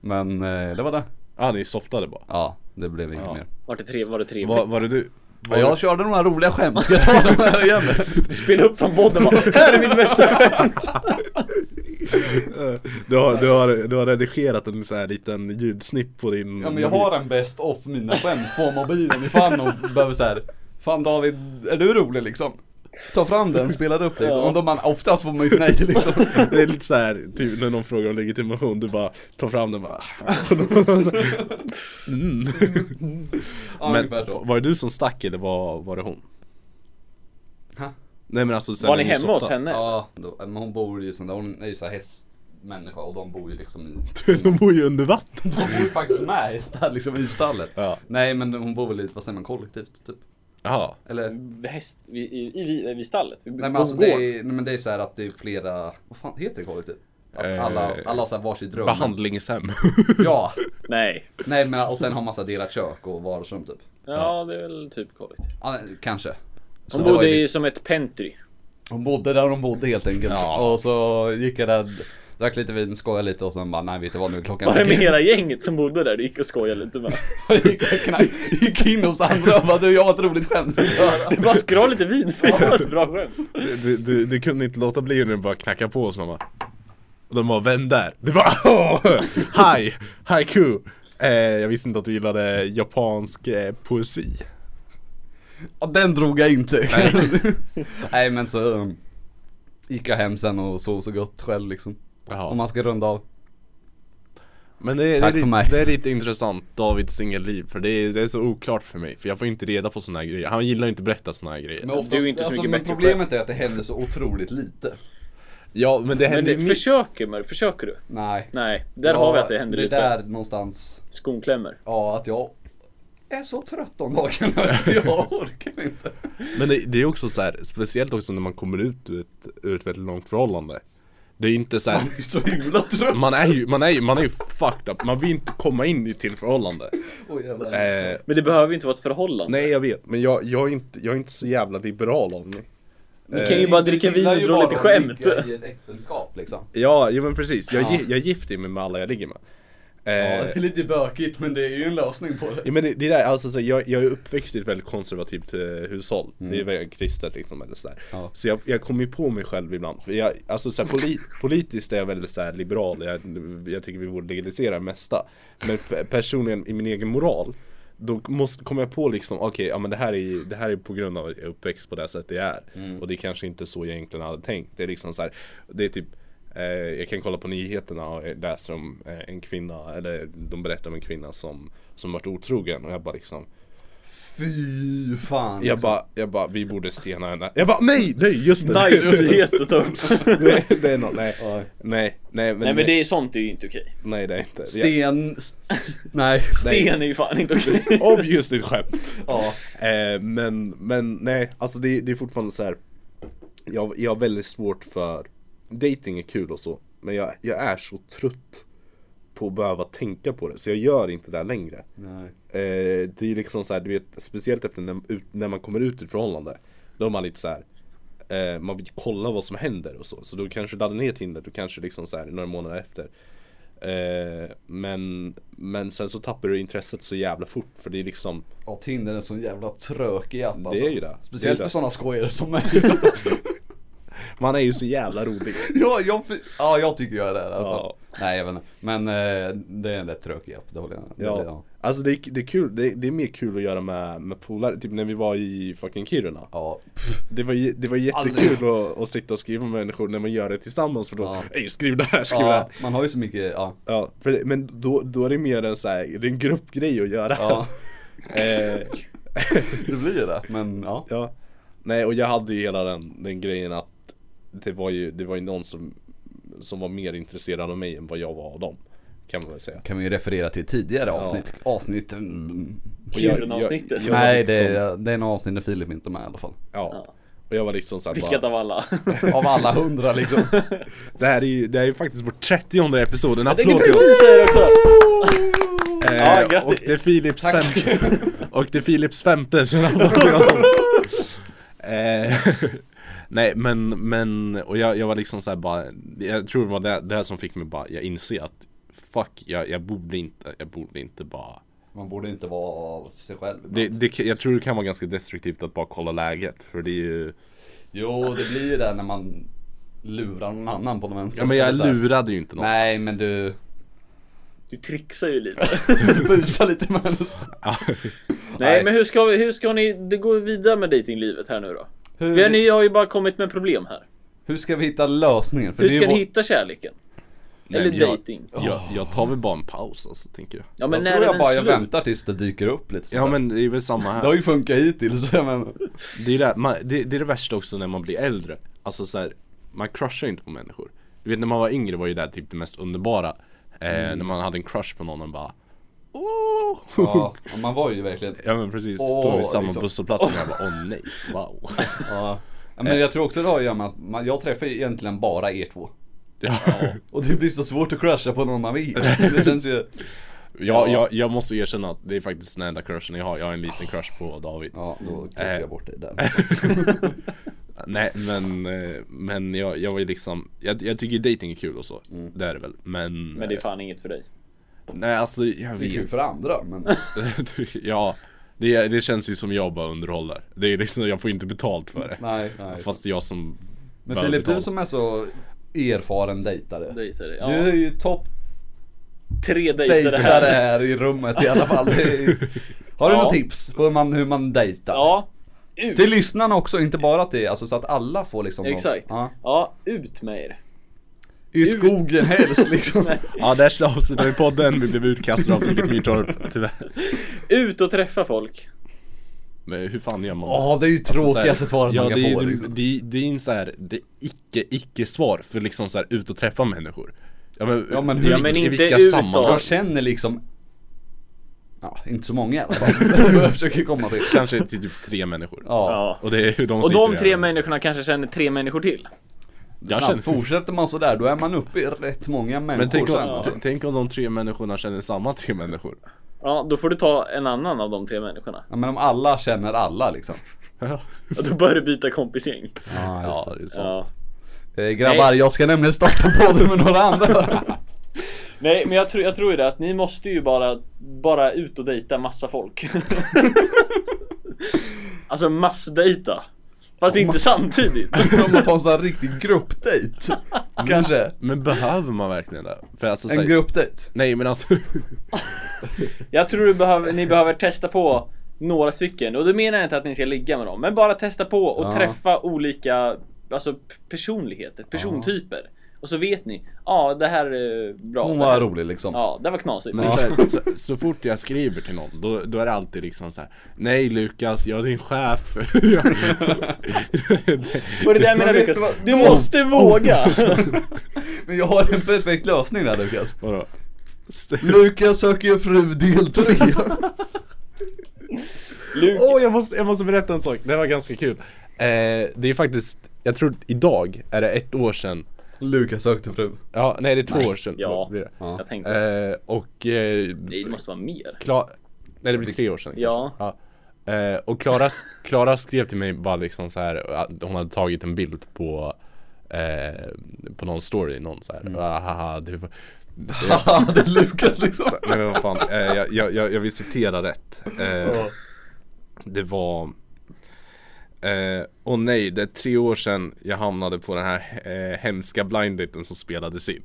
Speaker 2: Men eh, det var det.
Speaker 3: Ah, ni softade bara.
Speaker 2: Ja, det blev inget
Speaker 3: Ja.
Speaker 2: mer.
Speaker 1: Var det, tre, var det trevligt?
Speaker 3: Var, var det du? Var
Speaker 2: Och jag körde några roliga [LAUGHS] skämt, ska jag ta dem här igen?
Speaker 1: [LAUGHS] Spela upp från podden bara, här är mitt bästa skämt!
Speaker 3: Eh, du, har, du, har, du har redigerat en så här liten ljudsnipp på din
Speaker 2: Ja men jag har en best off mina skämt på mobilen ifall någon behöver såhär Fan David, är du rolig liksom? Ta fram den, spela upp liksom.
Speaker 1: Ja.
Speaker 2: Och då man oftast får man ju nej liksom
Speaker 3: Det är lite så här, typ när någon frågar om legitimation, du bara tar fram den bara mm.
Speaker 2: [LAUGHS] ja,
Speaker 3: Men
Speaker 2: ungefär så.
Speaker 3: var det du som stack eller var, var det hon?
Speaker 2: Ha?
Speaker 3: Nej men alltså sen
Speaker 1: Var
Speaker 3: när
Speaker 1: ni hemma hos
Speaker 3: softade-
Speaker 1: henne?
Speaker 2: Ja, då, men hon bor ju sån där, hon är ju såhär hästmänniska och de bor ju liksom i [LAUGHS]
Speaker 3: [LAUGHS] De bor ju under
Speaker 2: De
Speaker 3: vatten
Speaker 2: bor ju faktiskt med i stall, liksom i stallet
Speaker 3: Ja.
Speaker 2: Nej men hon bor väl i, vad säger man, kollektivt typ?
Speaker 3: Jaha,
Speaker 2: Eller?
Speaker 1: Häst, i, i, i, vid stallet? Vid
Speaker 2: Nej men alltså det är, nej, men det är så här att det är flera, vad fan heter det kollektiv? Att
Speaker 3: Eh,
Speaker 2: alla, alla har så här varsitt rum.
Speaker 3: behandlingshem [LAUGHS]
Speaker 2: Ja,
Speaker 1: Nej.
Speaker 2: nej men och sen har man så här delat kök och vardagsrum typ.
Speaker 1: Ja, det är väl typ kollektivt.
Speaker 2: Ja, kanske. Så
Speaker 1: Hon
Speaker 2: det var
Speaker 1: bodde
Speaker 2: ju-
Speaker 1: i som ett pentry.
Speaker 2: Hon bodde där hon bodde helt enkelt. Och så gick jag där, drack lite vin, skojade lite och sen bara nej vet du vad nu är klockan
Speaker 1: Var det med hela gänget som bodde där? Du gick och skojade lite med.
Speaker 2: [LAUGHS] Jag gick, och knack- gick in hos andra och bara du jag har ett roligt skämt.
Speaker 1: Det är bara skra lite vin för [LAUGHS] det var ett bra skämt.
Speaker 3: du, du, du kunde inte låta bli när du bara knackade på oss mamma Och de bara, vem där? Du bara, [LAUGHS] åh! Hi! Haiku! Eh, jag visste inte att du gillade japansk eh, poesi
Speaker 2: Ja, den drog jag inte. [LAUGHS] nej men så um, gick jag hem sen och sov så gott själv liksom. Om
Speaker 3: Jaha.
Speaker 2: man ska runda av.
Speaker 3: Men det är, det, är
Speaker 2: Tack för mig.
Speaker 3: lite, det är lite intressant, Davids singelliv, för det är, det är så oklart för mig För jag får inte reda på såna här grejer, han gillar inte att berätta såna här grejer
Speaker 2: Men oftast,
Speaker 1: Du är inte så mycket
Speaker 2: Alltså, men
Speaker 1: bättre
Speaker 2: problemet är att det händer så otroligt lite.
Speaker 3: Ja men det
Speaker 1: Men
Speaker 3: händer
Speaker 1: du
Speaker 3: mycket
Speaker 1: försöker med Försöker du?
Speaker 2: Nej.
Speaker 1: Nej, där
Speaker 2: Ja,
Speaker 1: har vi att det händer
Speaker 2: det
Speaker 1: lite.
Speaker 2: Det där någonstans,
Speaker 1: Skon klämmer.
Speaker 2: ja att jag är så trött om dagarna. [LAUGHS] Jag orkar inte.
Speaker 3: Men det, det är också så här, speciellt också när man kommer ut ur ett, ur ett väldigt långt förhållande Det är inte så här,
Speaker 2: Jag är så himla trött.
Speaker 3: man är ju, man är ju, man är ju fucked up, man vill inte komma in i till förhållande
Speaker 2: Oj, jävlar.
Speaker 3: eh,
Speaker 1: Men det behöver ju inte vara ett förhållande.
Speaker 3: Nej jag vet, men jag, jag, är inte, jag är inte så jävla liberal av mig
Speaker 1: Du kan ju
Speaker 2: eh,
Speaker 1: bara dricka vin
Speaker 2: gillar
Speaker 1: och
Speaker 2: ju
Speaker 1: dra
Speaker 2: bara
Speaker 1: lite
Speaker 2: att
Speaker 1: skämt.
Speaker 2: ligga i ett äktenskap liksom.
Speaker 3: Ja, jo men precis, jag, gi- jag gifter mig med alla jag ligger med
Speaker 2: Ja,
Speaker 3: eh,
Speaker 2: det är lite bökigt men det är ju en lösning på det.
Speaker 3: Ja men det, det där, alltså så här, jag, jag är uppväxt i ett väldigt konservativt eh, hushåll Det är väldigt kristet liksom eller sådär
Speaker 2: Ja.
Speaker 3: Så jag, jag kommer ju på mig själv ibland För jag, alltså så här, poli, politiskt är jag väldigt så här, liberal jag, jag tycker vi borde legalisera det mesta Men pe- personligen i min egen moral Då måste, kommer jag på liksom, okej, ja men det här, är, det här är på grund av att jag är uppväxt på det här sättet jag är Och det är kanske inte så jag egentligen hade tänkt Det är liksom så här, det är typ Eh, jag kan kolla på nyheterna och jag läser om eh, en kvinna, eller de berättar om en kvinna som, som varit otrogen och jag bara liksom
Speaker 2: fy fan.
Speaker 3: Jag
Speaker 2: liksom.
Speaker 3: bara, jag bara, vi borde stena henne Jag bara, nej, nej just
Speaker 1: [LAUGHS]
Speaker 3: det!
Speaker 1: Nice nyhet att ta upp.
Speaker 3: nej, [LAUGHS] det är något, nej,
Speaker 2: Oj.
Speaker 3: nej, nej men,
Speaker 1: Nej men det är sånt är ju inte okej.
Speaker 3: nej det är inte
Speaker 1: [LAUGHS]
Speaker 3: Jag-
Speaker 2: Sten... s- Nej.
Speaker 3: Nej.
Speaker 1: Sten är ju fan inte okej.
Speaker 3: Obviously ett skämt!
Speaker 2: Ja.
Speaker 3: Eh, men, men nej, alltså det, det är fortfarande så här. Jag, jag har väldigt svårt för Dating är kul och så Men jag, jag är så trött På att behöva tänka på det så jag gör inte det här längre
Speaker 2: Nej.
Speaker 3: Eh, det är liksom så här, du vet, speciellt efter när, ut, när man kommer ut ur ett förhållande. Då är man lite så här. Eh, man vill kolla vad som händer och så. Så då kanske laddar ner Tinder, då kanske liksom så här några månader efter. Eh, men, men sen så tappar du intresset så jävla fort för det är liksom
Speaker 2: Ja, Tinder är en sån jävla trökig app alltså.
Speaker 3: är ju det.
Speaker 2: Speciellt för
Speaker 3: Det är det.
Speaker 2: sådana skojare som mig.
Speaker 1: [LAUGHS]
Speaker 3: Man är ju så
Speaker 2: [LAUGHS]
Speaker 3: jävla rolig.
Speaker 2: ja, jag, fy- ja, jag tycker jag är det i alla fall.
Speaker 3: Ja.
Speaker 2: Nej, jag vet inte. Men eh, det är en rätt trökig app, det håller jag med Det-
Speaker 3: Ja. Alltså det är, det är kul, det är, det är mer kul att göra med, med polare. Typ när vi var i fucking Kiruna. [LAUGHS]
Speaker 2: Ja,
Speaker 3: Det var, ju- det var jättekul att, att sitta och skriva med människor när man gör det tillsammans för då,
Speaker 2: Ja.
Speaker 3: "Ey, skriv det här, skriv det här.
Speaker 2: ja, man har ju så mycket, ja.
Speaker 3: Ja, för det, men då, då är det mer en så här, det är en gruppgrej att göra. [LAUGHS]
Speaker 2: ja.
Speaker 3: Eh,
Speaker 2: Det blir ju det, men ja.
Speaker 3: ja. Nej, och jag hade ju hela den, den grejen att det var ju, det var ju någon som, som var mer intresserad av mig än vad jag var av dem. Kan man väl säga.
Speaker 2: Kan vi ju referera till tidigare avsnitt. Avsnitt... mm,
Speaker 3: Och jag-
Speaker 1: Kiruna-avsnittet.
Speaker 3: jag- jag var
Speaker 2: Nej, det
Speaker 3: liksom-
Speaker 2: är, det är en avsnitt där Filip inte är med i alla fall.
Speaker 3: Ja. Och jag var liksom såhär
Speaker 1: Vilket
Speaker 3: bara,
Speaker 1: av alla?
Speaker 2: Av alla hundra liksom.
Speaker 3: [LAUGHS] det här är ju, det här är ju faktiskt vår 30 episod, en applåd till oss!
Speaker 1: precis säga det också!
Speaker 3: Eh,
Speaker 1: Ja, grattis.
Speaker 3: och det är Philips
Speaker 1: [LAUGHS]
Speaker 2: Tack.
Speaker 3: femte Och det är Philips femte så en applåd till honom. eh, [LAUGHS] Nej men, men, och jag, jag var liksom såhär bara Jag tror det var det, det här som fick mig bara, jag inser att Fuck, jag, jag borde inte, jag borde inte bara
Speaker 2: Man borde inte vara sig själv.
Speaker 3: det, det, Jag tror det kan vara ganska destruktivt att bara kolla läget För det är ju
Speaker 2: Jo, det blir ju det när man lurar någon annan på någon vänster.
Speaker 3: Ja men jag
Speaker 2: Eller så här,
Speaker 3: lurade ju inte någon
Speaker 2: Nej, men du... [LAUGHS]
Speaker 1: Du trixar ju lite.
Speaker 2: Du busar lite med henne.
Speaker 1: Nej men hur ska, vi, hur ska ni det gå vidare med datinglivet här nu då? Vi har, ni har ju bara kommit med problem här.
Speaker 2: Hur ska vi hitta lösningen? För
Speaker 1: Hur
Speaker 2: det är
Speaker 1: ska
Speaker 2: vår-
Speaker 1: ni hitta kärleken? [LAUGHS]
Speaker 3: Nej,
Speaker 1: Eller
Speaker 3: men jag,
Speaker 1: dating.
Speaker 3: Jag, jag tar väl bara en paus alltså tänker jag
Speaker 1: Ja men
Speaker 2: jag
Speaker 1: när
Speaker 2: tror
Speaker 1: är
Speaker 2: jag
Speaker 1: den
Speaker 2: bara jag
Speaker 1: slut?
Speaker 2: väntar tills det dyker upp lite
Speaker 3: Ja
Speaker 2: sådär.
Speaker 3: men det är väl samma här
Speaker 2: Det har ju funkat hittills. Men...
Speaker 3: Det är det, man, det, det är det värsta också när man blir äldre. Alltså så här, man crushar inte på människor. Du vet när man var yngre var ju det här typ det mest underbara.
Speaker 2: Mm.
Speaker 3: Eh, när man hade en crush på någon och bara Åh!
Speaker 2: Ja, man var ju verkligen...
Speaker 3: Ja men precis,
Speaker 2: Åh,
Speaker 3: står vid samma
Speaker 2: liksom.
Speaker 3: busshållplats och jag bara åh nej, wow. [LAUGHS]
Speaker 2: Ja. Ja,
Speaker 1: Eh.
Speaker 2: men jag tror också det har att göra med att man, jag träffar ju egentligen bara er två.
Speaker 3: Ja,
Speaker 2: Och det blir så svårt att crasha på någon av er.
Speaker 1: [LAUGHS]
Speaker 2: Det känns ju...
Speaker 3: jag, jag, jag måste erkänna att det är faktiskt den enda crushen jag har. Jag har en liten crush på David.
Speaker 2: Ja, då
Speaker 3: Eh.
Speaker 2: klipper jag bort dig
Speaker 1: [LAUGHS]
Speaker 2: där.
Speaker 3: Nej men, eh, men jag, jag var ju liksom, jag, jag tycker dating är kul och så.
Speaker 2: Mm.
Speaker 3: Det är det väl. Men,
Speaker 1: Men det är fan inget för dig.
Speaker 3: nej alltså jag
Speaker 2: Det är
Speaker 3: vet
Speaker 2: kul för andra, men...
Speaker 3: [LAUGHS] ja, det, det känns ju som jag bara underhåller. Det är liksom, jag får inte betalt för det.
Speaker 2: Nej, nej.
Speaker 3: Fast det är jag som
Speaker 2: Men
Speaker 3: behöver
Speaker 2: Filip, du
Speaker 3: betalt.
Speaker 2: som är så erfaren dejtare.
Speaker 1: Dejtare, ja.
Speaker 2: Du är ju topp
Speaker 1: Tre dejter
Speaker 2: dejtare
Speaker 1: här.
Speaker 2: här i rummet i alla fall.
Speaker 1: [LAUGHS]
Speaker 2: Det är- Har du
Speaker 1: Ja.
Speaker 2: några tips på hur man, hur man dejtar?
Speaker 1: [LAUGHS] Ja. Ut.
Speaker 2: Till lyssnarna också, inte bara till, alltså så att alla får liksom någon-
Speaker 1: Exakt.
Speaker 2: ja.
Speaker 1: Ja, ut med er. [LAUGHS]
Speaker 2: I skogen helst liksom.
Speaker 3: Ja, där slår- avslutar vi podden. Vi blev utkastade av Filip Myrtorp, tyvärr.
Speaker 1: Ut och träffa folk.
Speaker 3: Men hur fan gör man
Speaker 2: Ja, det är ju
Speaker 3: Alltså, så här,
Speaker 2: tråkigaste svaret
Speaker 3: ja,
Speaker 2: man kan
Speaker 3: det, är-
Speaker 2: få.
Speaker 3: det,
Speaker 2: liksom.
Speaker 3: det, det är en så här, det är icke, icke svar för liksom så här ut och träffa människor. Ja men,
Speaker 2: Ja, men hur-
Speaker 3: i,
Speaker 2: Ja,
Speaker 1: men
Speaker 3: i
Speaker 1: inte
Speaker 3: vilka
Speaker 1: utåt.
Speaker 3: sammanhang?
Speaker 2: Jag känner liksom Ja, inte så många i alla
Speaker 3: [LAUGHS]
Speaker 2: fall. jag försöker komma till.
Speaker 3: Kanske till typ tre människor.
Speaker 2: Ja.
Speaker 1: Ja.
Speaker 3: Och det är hur de
Speaker 1: Och
Speaker 3: sitter
Speaker 1: de
Speaker 3: där.
Speaker 1: tre människorna kanske känner tre människor till.
Speaker 3: Jag
Speaker 2: Snabbt,
Speaker 3: känner,
Speaker 2: fortsätter man sådär då är man uppe i rätt många människor.
Speaker 3: men tänk om,
Speaker 2: sen.
Speaker 3: t- tänk om de tre människorna känner samma tre människor.
Speaker 1: Ja, då får du ta en annan av de tre människorna. [LAUGHS]
Speaker 2: Ja, men om alla känner alla liksom.
Speaker 1: Och då börjar du byta kompisgäng.
Speaker 3: Ja, det är sant.
Speaker 1: Ja.
Speaker 2: Eh, grabbar, jag ska nämligen starta [LAUGHS] podden med några andra. [LAUGHS]
Speaker 1: Nej, men jag tror, jag tror ju det att ni måste ju bara, bara ut och dejta massa [LAUGHS] folk. alltså massdejta. Fast inte samtidigt.
Speaker 2: Om man tar en sån här riktig gruppdejt.
Speaker 3: Mm.
Speaker 2: Kanske.
Speaker 3: Men behöver man verkligen det? För alltså, så här-
Speaker 2: En gruppdejt.
Speaker 3: Nej men alltså
Speaker 1: [LAUGHS] Jag tror du behöver, ni behöver testa på några stycken och då menar jag inte att ni ska ligga med dem, men bara testa på och
Speaker 2: Ja.
Speaker 1: träffa olika alltså, p- personligheter, persontyper Och så vet ni, ja det här är bra.
Speaker 2: Hon
Speaker 1: det här,
Speaker 2: var rolig liksom.
Speaker 1: Ja, det var knasigt.
Speaker 3: Men så, här, så, så fort jag skriver till någon, då, då är det alltid liksom så här. Nej Lukas, jag är din chef. [LAUGHS]
Speaker 1: Och det där menar
Speaker 2: Men vet
Speaker 1: Lukas,
Speaker 2: du vad?
Speaker 1: du måste våga!
Speaker 2: alltså. Men jag har en perfekt lösning där Lukas.
Speaker 3: Vadå? St-
Speaker 2: Lukas söker fru del 3.
Speaker 3: [LAUGHS]
Speaker 1: Luke,
Speaker 3: Åh, jag, måste, jag måste berätta en sak. Det var ganska kul. Eh, det är faktiskt, jag tror idag är det ett år sedan.
Speaker 2: Lukas sökte [LAUGHS] fru.
Speaker 3: Ja, nej det är två år sedan.
Speaker 1: ja,
Speaker 3: blir det.
Speaker 2: Ja.
Speaker 1: jag tänkte,
Speaker 3: Eh, och... Eh,
Speaker 1: det måste vara mer.
Speaker 3: Kla- Nej det blir tre år sedan kanske.
Speaker 1: Ja.
Speaker 3: Ja. Eh, och Klara, Klara skrev till mig bara liksom så här att hon hade tagit en bild på eh, på någon story, någon så här. Ah, haha, det var...
Speaker 2: det är Lukas liksom.
Speaker 3: Nej men vad fan, eh, jag, jag, jag, jag vill citera rätt. Eh, det var... Eh, och nej, det är tre år sedan jag hamnade på den här eh, hemska blind daten som spelades in.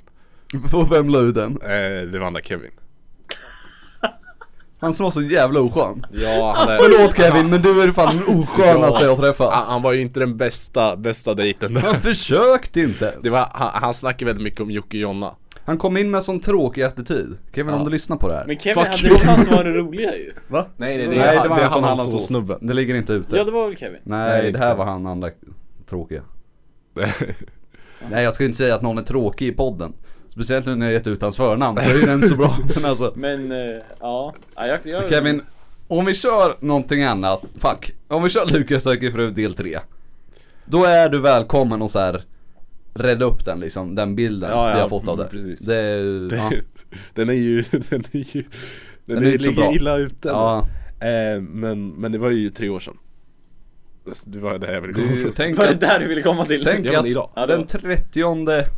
Speaker 2: Och vem la ut den?
Speaker 3: Eh, det var han där Kevin.
Speaker 2: Han som var så jävla oskön.
Speaker 3: Ja, han är...
Speaker 2: Ah, Förlåt Kevin men du är fan den oskönaste jag träffat.
Speaker 3: Han, han var ju inte den bästa, bästa dejten
Speaker 2: [LAUGHS]
Speaker 3: där.
Speaker 2: Han försökte inte.
Speaker 3: Det var, han, han snackade väldigt mycket om Jocke och Jonna.
Speaker 2: Han kom in med en sån tråkig attityd. Kevin om du lyssnar på det här.
Speaker 1: Men Kevin
Speaker 3: Fuck
Speaker 1: hade
Speaker 3: you.
Speaker 1: ju han som var den roliga
Speaker 2: [LAUGHS]
Speaker 1: ju.
Speaker 2: Va?
Speaker 3: Nej, nej,
Speaker 2: nej,
Speaker 3: det
Speaker 2: det,
Speaker 3: är han-
Speaker 2: var
Speaker 3: det är
Speaker 2: han från
Speaker 3: han
Speaker 2: Hallandsås.
Speaker 3: [LAUGHS] snubben.
Speaker 2: Det ligger inte ute.
Speaker 1: Ja det var väl Kevin?
Speaker 2: Nej,
Speaker 3: Nej,
Speaker 2: det här
Speaker 3: inte.
Speaker 2: var han andra tråkiga. Nej jag skulle inte säga att någon är tråkig i podden. Speciellt nu när jag gett ut hans förnamn så är det inte så bra. Men alltså.
Speaker 1: Men eh, ja, ja jag, jag,
Speaker 2: Kevin, om vi kör någonting annat. Fuck. Om vi kör Lukas söker fru del 3. Då är du välkommen och så här Rädda upp den liksom, den bilden
Speaker 3: Ja, ja,
Speaker 2: vi har fått av det.
Speaker 3: precis.
Speaker 2: det är-
Speaker 3: [LAUGHS]
Speaker 2: ja.
Speaker 3: den är ju, [LAUGHS] den är ju, den,
Speaker 2: Den är
Speaker 3: är
Speaker 2: inte så
Speaker 3: ligger
Speaker 2: bra.
Speaker 3: illa ute.
Speaker 2: Ja.
Speaker 3: Eh, men, men det var ju tre år sedan. Alltså, Det var det jag ville komma
Speaker 2: Du,
Speaker 3: [LAUGHS] ifrån.
Speaker 1: [LAUGHS]
Speaker 2: tänk
Speaker 1: var det
Speaker 2: att,
Speaker 1: där du ville komma till?
Speaker 2: tänk
Speaker 3: Ja, men
Speaker 2: att
Speaker 3: idag.
Speaker 1: Ja, det var-
Speaker 2: den 30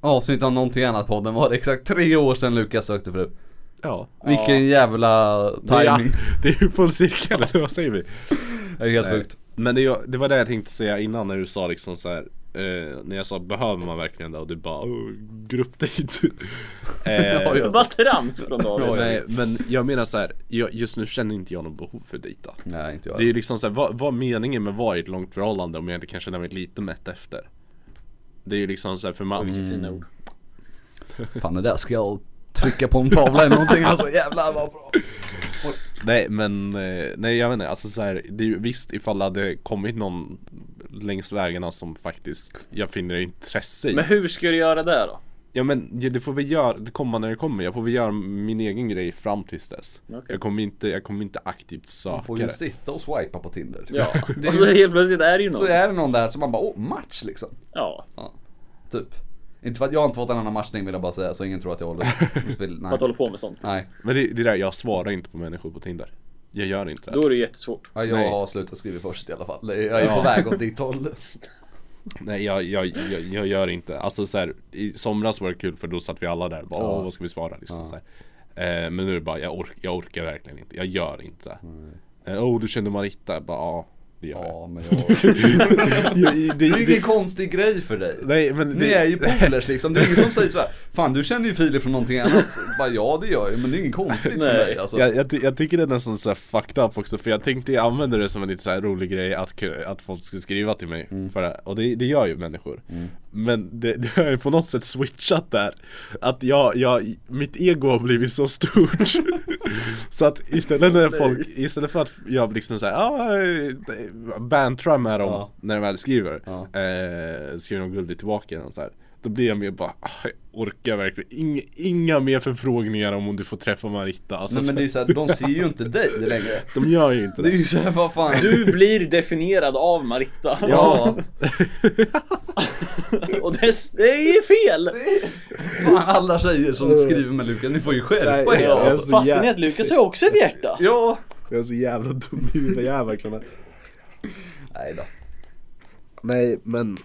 Speaker 2: avsnittet av någonting annat podden var det exakt tre år sedan Lukas sökte fru.
Speaker 3: Ja.
Speaker 2: Vilken jävla
Speaker 3: Det är,
Speaker 2: timing.
Speaker 3: [LAUGHS] det är ju full cirkel, eller
Speaker 2: [LAUGHS]
Speaker 3: vad säger vi? Eh,
Speaker 2: Det är helt sjukt.
Speaker 3: Men det, jag- det var det jag tänkte säga innan när du sa liksom så här. Eh, när jag sa behöver man verkligen det? Och du bara "Åh, gruppdejt. [LAUGHS] eh,
Speaker 2: Ja, ja.
Speaker 1: Vad trams från David.
Speaker 2: Ja, Mm.
Speaker 3: Nej men jag menar så här. Jag, just nu känner inte jag något behov för att dejta.
Speaker 2: Nej inte jag.
Speaker 3: Det är ju liksom såhär, vad, vad är meningen med att vara i ett långt förhållande om jag inte kan känna mig lite mätt efter? Det är ju liksom såhär för man...
Speaker 1: Vilket fina ord.
Speaker 2: Fan det där ska jag trycka på en tavla eller någonting alltså jävlar vad bra.
Speaker 3: Nej men, eh, nej jag vet inte, alltså såhär, det är ju visst ifall det hade kommit någon längs vägarna som faktiskt jag finner intresse i.
Speaker 1: Men hur ska du göra det då?
Speaker 3: Ja men ja, det får väl göra, det kommer när det kommer, jag får väl göra min egen grej fram tills dess.
Speaker 1: Okej.
Speaker 3: Jag, kommer inte, jag kommer inte aktivt
Speaker 2: Man får ju
Speaker 3: söka det.
Speaker 2: sitta och swipa på Tinder. typ.
Speaker 1: Ja,
Speaker 2: [LAUGHS] Det
Speaker 1: och så
Speaker 2: är,
Speaker 1: helt plötsligt är det ju någon.
Speaker 2: så är det någon där som man bara, åh match liksom.
Speaker 1: Ja,
Speaker 2: Ja, typ. Inte för att jag har inte fått en annan matchning vill jag bara säga så ingen tror att jag håller
Speaker 1: [LAUGHS]
Speaker 2: vill-
Speaker 1: att
Speaker 2: Nej.
Speaker 1: hålla på med sånt.
Speaker 2: Nej.
Speaker 3: Men det, det där, jag svarar inte på människor på Tinder. Jag gör inte det.
Speaker 1: Då är det ju jättesvårt.
Speaker 2: Ja, jag
Speaker 3: Nej.
Speaker 2: har slutat skriva först i alla fall. Jag är
Speaker 3: Ja.
Speaker 2: på väg åt ditt håll.
Speaker 3: Nej jag, jag, jag, jag gör inte, alltså så här, i somras var det kul för då satt vi alla där och bara, åh vad ska vi spara liksom så här. Eh, Men nu är det bara, jag, ork, jag orkar verkligen inte, jag gör inte det Eh, Åh du känner Maritta, Jag bara ja det gör jag
Speaker 2: [LAUGHS] Ja men jag...
Speaker 3: Jag-
Speaker 2: [LAUGHS] Det är ju
Speaker 3: [LAUGHS] det-
Speaker 2: ingen konstig grej för dig.
Speaker 3: Nej men
Speaker 2: Ni
Speaker 3: det,
Speaker 2: är ju polers liksom, det är ingen som säger såhär Fan du känner ju Filip från någonting annat Bara ja det gör jag ju, men det är inget konstigt för
Speaker 1: Nej.
Speaker 2: mig alltså.
Speaker 3: jag, jag, ty- jag tycker det är nästan så här fucked up också för jag tänkte jag använder det som en lite så här rolig grej att, ku- att folk skulle skriva till mig
Speaker 2: Mm.
Speaker 3: för det. Och det, det gör ju människor Men det, det har jag ju på något sätt switchat där Att jag, jag, mitt ego har blivit så stort
Speaker 2: [LAUGHS]
Speaker 3: Så att istället när folk, istället för att jag liksom såhär, ah, eh, bantrar med dem
Speaker 2: Ja.
Speaker 3: när de väl skriver
Speaker 2: Ja.
Speaker 3: eh, Skriver de gulligt tillbaka och så här. Då blir jag mer bara, ah, jag orkar verkligen inga, inga mer förfrågningar om om du får träffa Marita alltså,
Speaker 2: Nej,
Speaker 3: så
Speaker 2: men det är ju såhär, de ser ju inte dig längre
Speaker 3: de gör ju inte
Speaker 2: Det är
Speaker 3: det.
Speaker 2: ju såhär, vad fan
Speaker 1: Du blir definierad av Maritta.
Speaker 2: Ja,
Speaker 1: [LAUGHS] och det, är- det är fel!
Speaker 2: fan alla tjejer som skriver med Lukas, ni får ju skärpa
Speaker 3: Nej,
Speaker 2: er
Speaker 3: jag är
Speaker 1: Ja,
Speaker 2: alltså.
Speaker 3: så
Speaker 1: fattar ni
Speaker 3: jävla-
Speaker 1: att Lukas har också ett hjärta?
Speaker 2: Ja
Speaker 3: [LAUGHS] Jag är så jävla dum i huvudet, jag är verkligen det.
Speaker 2: Nej då
Speaker 3: Nej, men...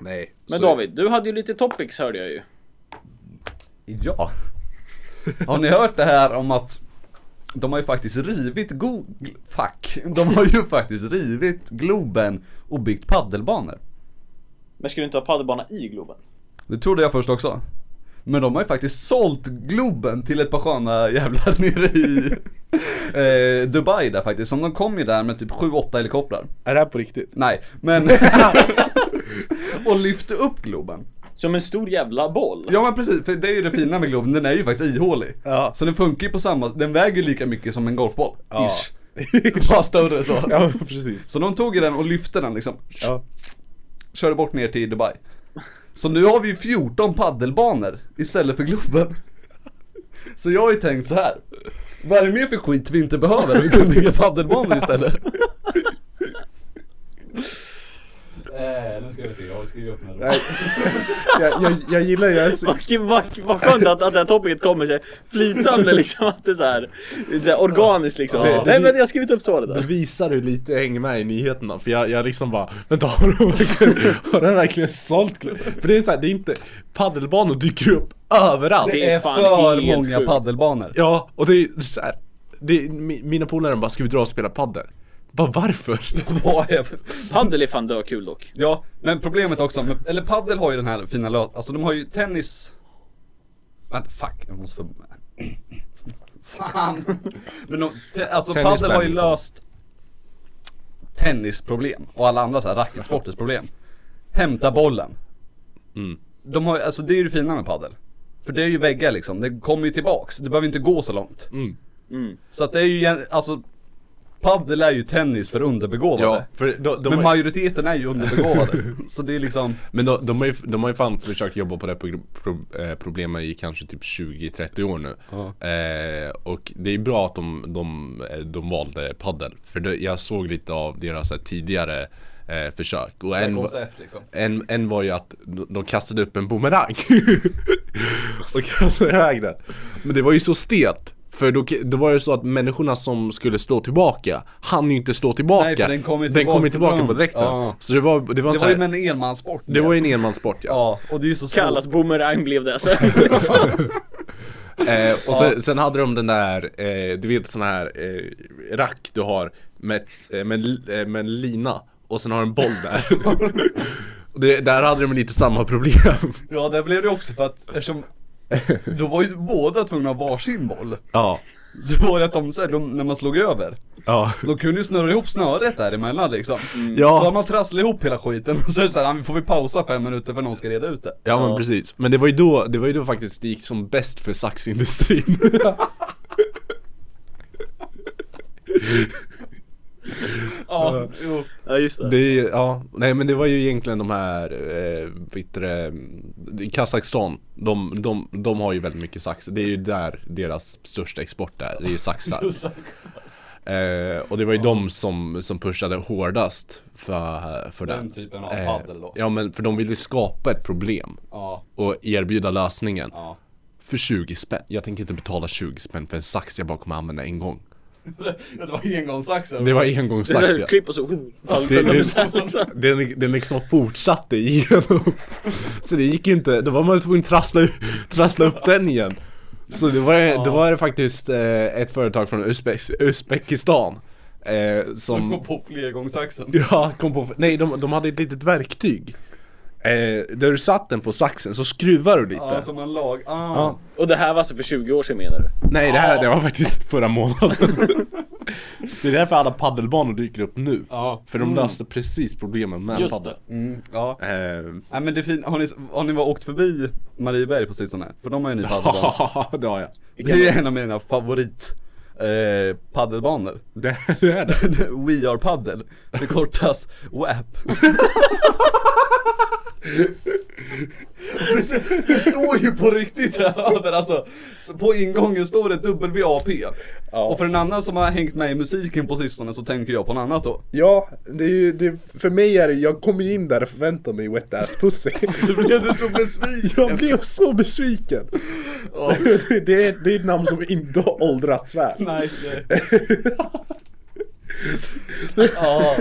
Speaker 3: Nej.
Speaker 1: Men
Speaker 3: så-
Speaker 1: David, du hade ju lite topics hörde jag ju.
Speaker 2: Ja Har ni hört det här om att de har ju faktiskt rivit Google, fuck, de har ju faktiskt rivit Globen och byggt paddelbanor
Speaker 1: Men ska vi inte ha padelbana i Globen?
Speaker 2: Det trodde jag först också. Men de har ju faktiskt sålt Globen till ett par sköna jävlar [LAUGHS] nere i eh, Dubai där faktiskt. Som de kom ju där med typ 7-8 helikoptrar.
Speaker 1: [LAUGHS]
Speaker 3: Är det här på riktigt?
Speaker 2: Nej, men... och lyfte upp Globen.
Speaker 1: Som en stor jävla boll. [LAUGHS]
Speaker 2: Ja men precis, för det är ju det fina med Globen, den är ju faktiskt ihålig.
Speaker 5: Ja.
Speaker 2: Så den funkar ju på samma, den väger lika mycket som en golfboll.
Speaker 5: Ja.
Speaker 2: Ish. Bara större så.
Speaker 3: [LAUGHS]
Speaker 5: Ja, precis.
Speaker 2: Så de tog ju den och lyfte den liksom.
Speaker 5: Ja.
Speaker 2: Körde bort ner till Dubai. Så nu har vi ju 14 paddelbanor istället för Globen. Så jag har ju tänkt så här. Vad är det mer för skit vi inte behöver? Vi kan bygga paddelbanor istället.
Speaker 6: Eh, nu ska vi se, jag har skrivit upp mig.
Speaker 5: Nej. Jag, jag, jag gillar ju, jag är så,
Speaker 1: Vad, vad, vad skönt att, att det här topicet kommer sig flytande [LAUGHS] liksom, att det är så här, det är så här organiskt liksom.
Speaker 3: Det- det-
Speaker 1: Nej men jag har skrivit upp så det
Speaker 3: Det
Speaker 1: där.
Speaker 3: visar hur lite jag hänger med i nyheterna för jag, jag liksom bara Vänta har de verkligen, har de verkligen sålt? För det är såhär, det är inte Paddelbanor dyker upp överallt
Speaker 1: Det
Speaker 2: Det
Speaker 1: är
Speaker 2: är
Speaker 1: fan
Speaker 2: för
Speaker 1: helt
Speaker 2: många
Speaker 1: sjukt.
Speaker 2: paddelbanor.
Speaker 3: Ja, och det är såhär det är, mi- Mina polare bara, ska vi dra och spela paddel? Bara varför?
Speaker 2: Vad är-
Speaker 1: Padel är fan dökul dock.
Speaker 2: Ja, men problemet också, med, eller paddel har ju den här fina lös... Alltså de har ju tennis... Vänta, fuck. Jag måste få... Fan! Men de, te, alltså
Speaker 3: Tennis
Speaker 2: paddel har ju
Speaker 3: badminton.
Speaker 2: löst tennisproblem och alla andra så här racketsporters problem. Hämta bollen.
Speaker 3: Mm.
Speaker 2: De har ju- alltså det är ju det fina med paddel. För det är ju väggar liksom, det kommer ju tillbaks. Det behöver inte gå så långt.
Speaker 3: Mm.
Speaker 2: Så att det är ju, en- alltså Paddel är ju tennis för underbegåvade.
Speaker 3: Ja, för de, de,
Speaker 2: Men
Speaker 3: har, ju-
Speaker 2: majoriteten är ju underbegåvade.
Speaker 3: [LAUGHS]
Speaker 2: så det är liksom,
Speaker 3: men de, de, har ju, de har ju fan försökt jobba på det här pro, pro, eh, problemet i kanske typ 20-30 år nu eh, Och det är bra att de, de, eh, de valde paddel För det, jag såg lite av deras så här, tidigare eh, försök och en, va-
Speaker 2: liksom.
Speaker 3: En, en var ju att de de kastade upp en boomerang [LAUGHS] Och kastade iväg den Men det var ju så stelt För då, då var det så att människorna som skulle slå tillbaka Han ju inte slå tillbaka
Speaker 2: Nej, för den kom ju
Speaker 3: den
Speaker 2: tillbaka
Speaker 3: kom ju tillbaka
Speaker 2: till
Speaker 3: på
Speaker 2: dem.
Speaker 3: direkten
Speaker 2: Ja.
Speaker 3: Så det var, det var,
Speaker 2: Det
Speaker 3: så
Speaker 2: var
Speaker 3: här,
Speaker 2: ju en enmanssport.
Speaker 3: det var ju en enmanssport ja,
Speaker 2: Ja, och det är ju så
Speaker 1: Kallat
Speaker 2: svårt.
Speaker 1: boomerang blev det alltså. sen.
Speaker 3: eh, Och sen, sen hade de den där, eh, du vet sån här eh, rack du har med, ett- eh, med, en li- eh, med en lina Och sen har du en boll där [LAUGHS] Och det, Där hade de lite samma problem
Speaker 2: Ja, där blev det också för att
Speaker 3: [LAUGHS]
Speaker 2: eftersom då var ju båda tvungna att ha varsin boll.
Speaker 3: Ja,
Speaker 2: Så var det att de, så här, de när man slog över,
Speaker 3: ja
Speaker 2: de kunde ju snurra ihop snöret däremellan liksom.
Speaker 3: Mm. Ja.
Speaker 2: Så har man trasslat ihop hela skiten [LAUGHS] och så är det så här, "Ah, får vi pausa fem minuter för någon ska reda ut det.
Speaker 3: Ja men precis, men det var ju då, det var ju då faktiskt det gick som bäst för saxindustrin
Speaker 2: Ja, jo.
Speaker 1: [LAUGHS] ja just det.
Speaker 3: Det är, ja, nej men det var ju egentligen de här, eh, vad heter det, i Kazakstan de, de, de har ju väldigt mycket sax, det är ju där deras största export är, det är ju saxar
Speaker 2: [LAUGHS]
Speaker 3: eh, Och det var ju de som, som pushade hårdast för, för
Speaker 2: Den
Speaker 3: den
Speaker 2: typen av
Speaker 3: Eh,
Speaker 2: padel då.
Speaker 3: Ja men för de ville ju skapa ett problem
Speaker 2: Ja,
Speaker 3: och erbjuda lösningen
Speaker 2: ja. [LAUGHS]
Speaker 3: för 20 spänn Jag tänker inte betala 20 spänn för en sax jag bara kommer använda en gång
Speaker 2: Det var engångssaxen.
Speaker 3: Det var
Speaker 1: Det är så
Speaker 2: [LAUGHS]
Speaker 3: engångssax
Speaker 1: här,
Speaker 3: ja.
Speaker 1: Klipp och så. [LAUGHS]
Speaker 3: Det- det- Den, den liksom fortsatte igenom Så det gick ju inte, då var man tvungen att trassla, u- trassla upp den igen Så det var, det var det faktiskt eh, ett företag från Uzbek, Uzbekistan eh,
Speaker 2: De
Speaker 3: Som
Speaker 2: kom på flergångssaxen.
Speaker 3: [LAUGHS] Ja, kom på, nej de, de hade ett litet verktyg eh, Där du satt den på saxen så skruvar du lite
Speaker 2: Ja, som en lag. Ah.
Speaker 3: Ja.
Speaker 1: Och det här var alltså för 20 år sedan menar du?
Speaker 3: Nej det här det var faktiskt förra månaden [LAUGHS] Det är därför alla paddelbanor dyker upp nu
Speaker 2: Ja.
Speaker 3: För de löste precis problemen med
Speaker 1: Just
Speaker 3: padel.
Speaker 1: det.
Speaker 2: Mm, ja.
Speaker 3: Eh, [LAUGHS]
Speaker 2: Nej men det är fint, har ni, har ni varit åkt förbi Marieberg på sistone? För de har ju [LAUGHS] ny paddelbana.
Speaker 3: det har jag.
Speaker 2: Det är en av mina favorit eh, paddelbanor. [LAUGHS]
Speaker 3: [LAUGHS] Det, det är det.
Speaker 2: We are paddel. Det kortas WAP. [LAUGHS] det står ju på riktigt här [LAUGHS] över alltså. Så På ingången står det WAP. Och för en annan som har hängt med i musiken på sistone så tänker jag på något annat [LAUGHS] då.
Speaker 5: ja, det är ju, det, för mig är det, jag kommer ju in där och förväntar mig wet ass
Speaker 3: [LAUGHS]
Speaker 5: pussy
Speaker 2: Så blev du så besviken.
Speaker 5: Jag blev så besviken!
Speaker 2: Ja.
Speaker 5: [LAUGHS] Det är, det är ett namn som inte har åldrats väl
Speaker 2: Nej. det-
Speaker 7: [LAUGHS]
Speaker 2: Ja.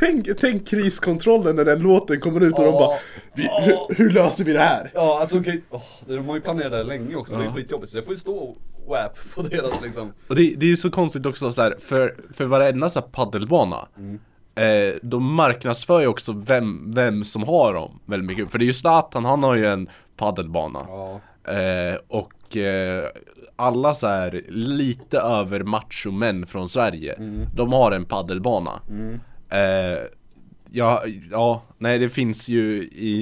Speaker 5: tänk, tänk kriskontrollen när den låten kommer ut och de
Speaker 2: Ja.
Speaker 5: bara vi, Hur löser vi det här?
Speaker 2: Ja alltså okej, okay. de har ju planerat det här länge också, det är skitjobbigt så det får ju stå WAP på deras liksom
Speaker 3: Och det, det är ju så konstigt också så här, för, för varenda så här paddelbana
Speaker 5: Mm.
Speaker 3: eh, De marknadsför ju också vem, vem som har dem väldigt mycket. För det är ju Zlatan, han har ju en paddelbana. Eh, och eh, alla så här lite över machomän från Sverige,
Speaker 2: Mm.
Speaker 3: de har en paddelbana. Eh, ja, ja, nej det finns ju i,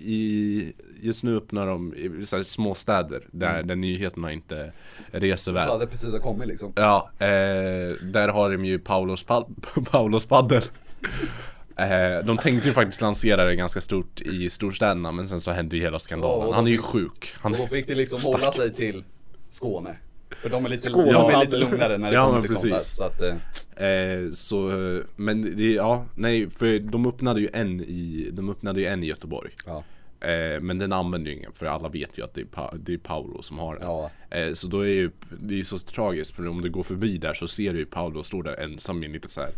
Speaker 3: i,
Speaker 7: just nu öppnar de i så här små städer där, där nyheterna inte reser väl.
Speaker 2: Mm. Ja, det precis har kommit liksom.
Speaker 7: Ja, eh, där har de ju Paulos, pal- [LAUGHS] Paulos paddel. Eh, de tänkte ju faktiskt lansera det ganska stort i storstäderna men sen så hände ju hela
Speaker 2: Ja,
Speaker 7: skandalen.
Speaker 2: och
Speaker 7: Han är
Speaker 2: de-
Speaker 7: ju sjuk. Han,
Speaker 2: Och då fick det liksom hålla sig till Skåne. För de är lite,
Speaker 1: Skåne.
Speaker 2: de är lite lugnare när det
Speaker 7: Ja,
Speaker 2: kommer
Speaker 7: men
Speaker 2: liksom där.
Speaker 7: precis.
Speaker 2: Så att, eh,
Speaker 7: eh, så, eh, men det, ja, nej för de öppnade ju en i, de öppnade ju en i Göteborg.
Speaker 2: ja.
Speaker 7: Eh, men den använder ju ingen för alla vet ju att det är, pa- det är Paolo som har den.
Speaker 2: Ja.
Speaker 7: Eh, så då är ju, det är ju så tragiskt för om du går förbi där så ser du ju Paolo stå där ensam i en liten så här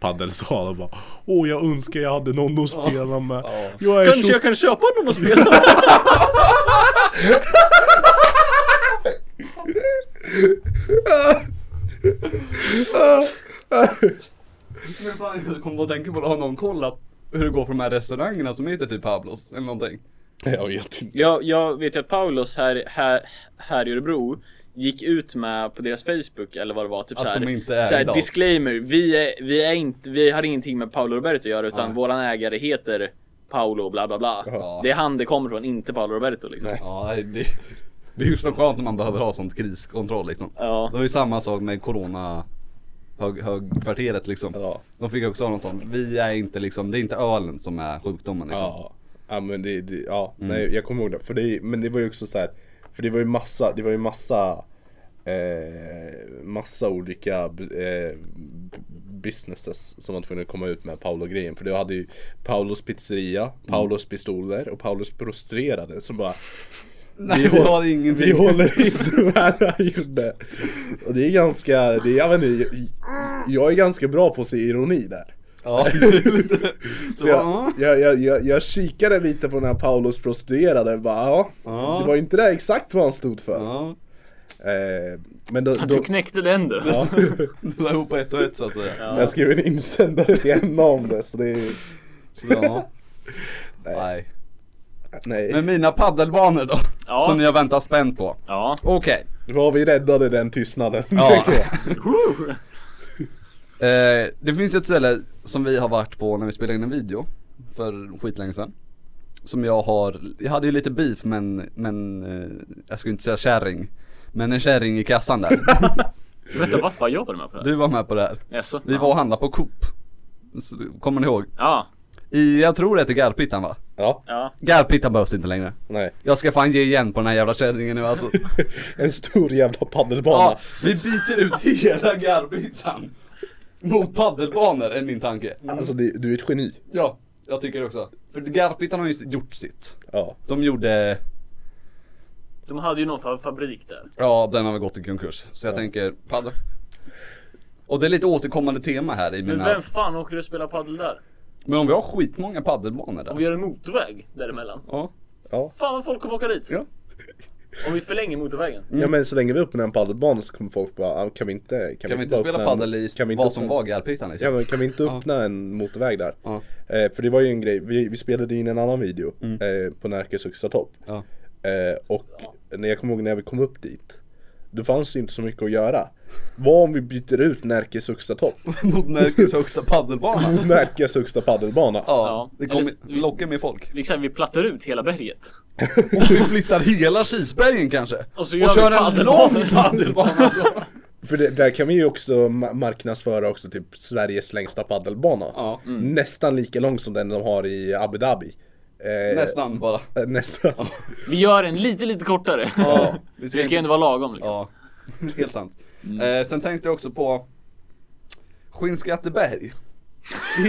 Speaker 7: paddelsal och bara Åh jag önskar jag hade någon att spela med. Jag är
Speaker 1: Kanske
Speaker 7: så...
Speaker 1: jag kan köpa någon och [LAUGHS] spela?
Speaker 2: Men fan, jag kom och tänker på det. Har någon kollat hur det går för de här restaurangerna som heter typ Pablos eller någonting?
Speaker 7: [LAUGHS] Jag vet inte.
Speaker 1: jag, jag vet ju att Paulos här, här, här i Örebro gick ut med på deras Facebook eller vad det var. Typ
Speaker 2: Att
Speaker 1: så här,
Speaker 2: de inte är
Speaker 1: så här,
Speaker 2: idag.
Speaker 1: Disclaimer, vi, är, vi, är inte, vi har ingenting med Paolo Roberto att göra utan
Speaker 2: Nej.
Speaker 1: våran ägare heter Paolo bla bla bla.
Speaker 2: Ja.
Speaker 1: Det är han det kommer från, inte Paolo Roberto liksom.
Speaker 2: Ja, nej, det, det är ju så skönt när man behöver ha sånt kriskontroll liksom.
Speaker 1: Ja.
Speaker 2: Det var ju samma sak med corona hög, högkvarteret liksom.
Speaker 3: Ja.
Speaker 2: De fick också ha någon sån, vi är inte liksom, det är inte ölen som är sjukdomen liksom. Mm.
Speaker 3: Ja, ja men det, det ja, nej jag kommer ihåg det. För det, men det var ju också så här, för det var ju massa, det var ju massa, eh, massa olika b- eh, b- businesses som var tvungna att komma ut med Paolo-grejen. För du hade ju Paulos pizzeria, Paulos
Speaker 2: Mm.
Speaker 3: pistoler och Paulos prostrerade som bara
Speaker 2: Nej, vi har ingenting.
Speaker 3: vi håller inte med det han gjorde. Och det är ganska, det är, jag vet inte, jag är ganska bra på att se ironi där.
Speaker 2: [LAUGHS] Ja, det är lite-
Speaker 3: Så jag, jag, jag, jag, jag kikade lite på den här Paulos prostituerade och bara ja,
Speaker 2: Ja.
Speaker 3: det var inte det exakt vad han stod för.
Speaker 2: Ja,
Speaker 3: Eh, men då,
Speaker 1: Du
Speaker 3: då
Speaker 1: knäckte den du.
Speaker 3: ja,
Speaker 2: det var ihop på ett och ett så att säga. [LAUGHS] Ja.
Speaker 3: jag skrev en insändare till henne om det så det är,
Speaker 2: Nej.
Speaker 3: nej.
Speaker 2: Men mina paddelbanor då?
Speaker 1: Ja.
Speaker 2: Som jag väntar spänt på.
Speaker 1: Ja.
Speaker 2: Okej.
Speaker 3: Då har vi räddade den tystnaden. [LAUGHS]
Speaker 2: Ja.
Speaker 3: tycker jag.
Speaker 2: Eh, det finns ju ett ställe som vi har varit på när vi spelade in en video för skitlänge sedan. Som jag har, jag hade ju lite beef men, men eh, jag skulle inte säga kärring. Men en kärring i kassan där.
Speaker 1: Vänta, vad fan jobbade du med på det här?
Speaker 2: Du var med på det här.
Speaker 1: Jaså?
Speaker 2: Vi var och handlade på Coop. Så, Kommer ni ihåg?
Speaker 1: Ja.
Speaker 2: I, jag tror det heter Garphyttan va?
Speaker 3: Ja,
Speaker 1: Ja.
Speaker 2: Garphyttan behövs inte längre.
Speaker 3: nej. [LAUGHS]
Speaker 2: Jag ska fan ge igen på den här jävla kärringen nu alltså.
Speaker 3: En stor jävla
Speaker 2: Ja,
Speaker 3: paddelbana.
Speaker 2: vi byter ut hela Garphyttan mot paddelbanor är min tanke.
Speaker 3: Alltså det, du är ett geni.
Speaker 2: Ja, jag tycker det också. För Garphyttan har ju gjort sitt.
Speaker 3: Ja.
Speaker 2: De gjorde,
Speaker 1: De hade ju någon fa- fabrik där.
Speaker 2: ja den har väl gått i konkurs. Så jag tänker paddel. Och det är lite återkommande tema här i
Speaker 1: Men
Speaker 2: mina...
Speaker 1: vem fan åker du spela padel där?
Speaker 2: Men om vi har skitmånga paddelbanor
Speaker 1: Om
Speaker 2: där.
Speaker 1: vi gör en motorväg däremellan.
Speaker 2: Ja.
Speaker 1: Fan vad folk kommer åka dit.
Speaker 3: Ja.
Speaker 1: Om vi förlänger motorvägen.
Speaker 2: Mm.
Speaker 3: ja men så länge vi öppnar en paddelbana så kommer folk bara, ah, kan vi inte, kan,
Speaker 2: Kan vi inte
Speaker 3: bara
Speaker 2: spela
Speaker 3: öppna en-
Speaker 2: padel i
Speaker 3: kan vi inte
Speaker 2: vad som
Speaker 3: öppna-
Speaker 2: var Garphyttan liksom?
Speaker 3: Ja men kan vi inte öppna en motorväg där?
Speaker 2: Ja. Mm.
Speaker 3: Eh, för det var ju en grej, vi, vi spelade in en annan video eh, på Närkes Högstatorp.
Speaker 2: Ja. [LAUGHS]
Speaker 3: Eh, och när jag kommer ihåg när vi kom upp dit, då fanns det inte så mycket att göra. Vad om vi byter ut
Speaker 2: [LAUGHS]
Speaker 3: Närkes Högstatorp
Speaker 2: Mot Närkes högsta
Speaker 1: [LAUGHS]
Speaker 2: paddelbana.
Speaker 3: mot Närkes högsta paddelbana?
Speaker 2: Ja, det kommer
Speaker 1: Eller-
Speaker 2: locka med folk.
Speaker 1: Liksom vi plattar ut hela berget.
Speaker 2: Och vi flyttar hela Kilsbergen kanske.
Speaker 1: Och så gör vi
Speaker 2: kör en
Speaker 1: paddelbanor.
Speaker 2: lång
Speaker 1: [LAUGHS]
Speaker 2: paddelbana.
Speaker 3: För det, där kan vi ju också ma- marknadsföra också typ Sveriges längsta paddelbana.
Speaker 2: Ja. mm.
Speaker 3: Nästan lika lång som den de har i Abu Dhabi. Eh,
Speaker 2: Nästan bara.
Speaker 3: eh, Nästan.
Speaker 1: Vi gör en lite, lite kortare.
Speaker 2: Ja, vi
Speaker 1: Vi ska ju ändå vara lagom liksom.
Speaker 2: Ja, [LAUGHS] helt sant.
Speaker 3: Mm.
Speaker 2: Eh, sen tänkte jag också på Skinnskatteberg.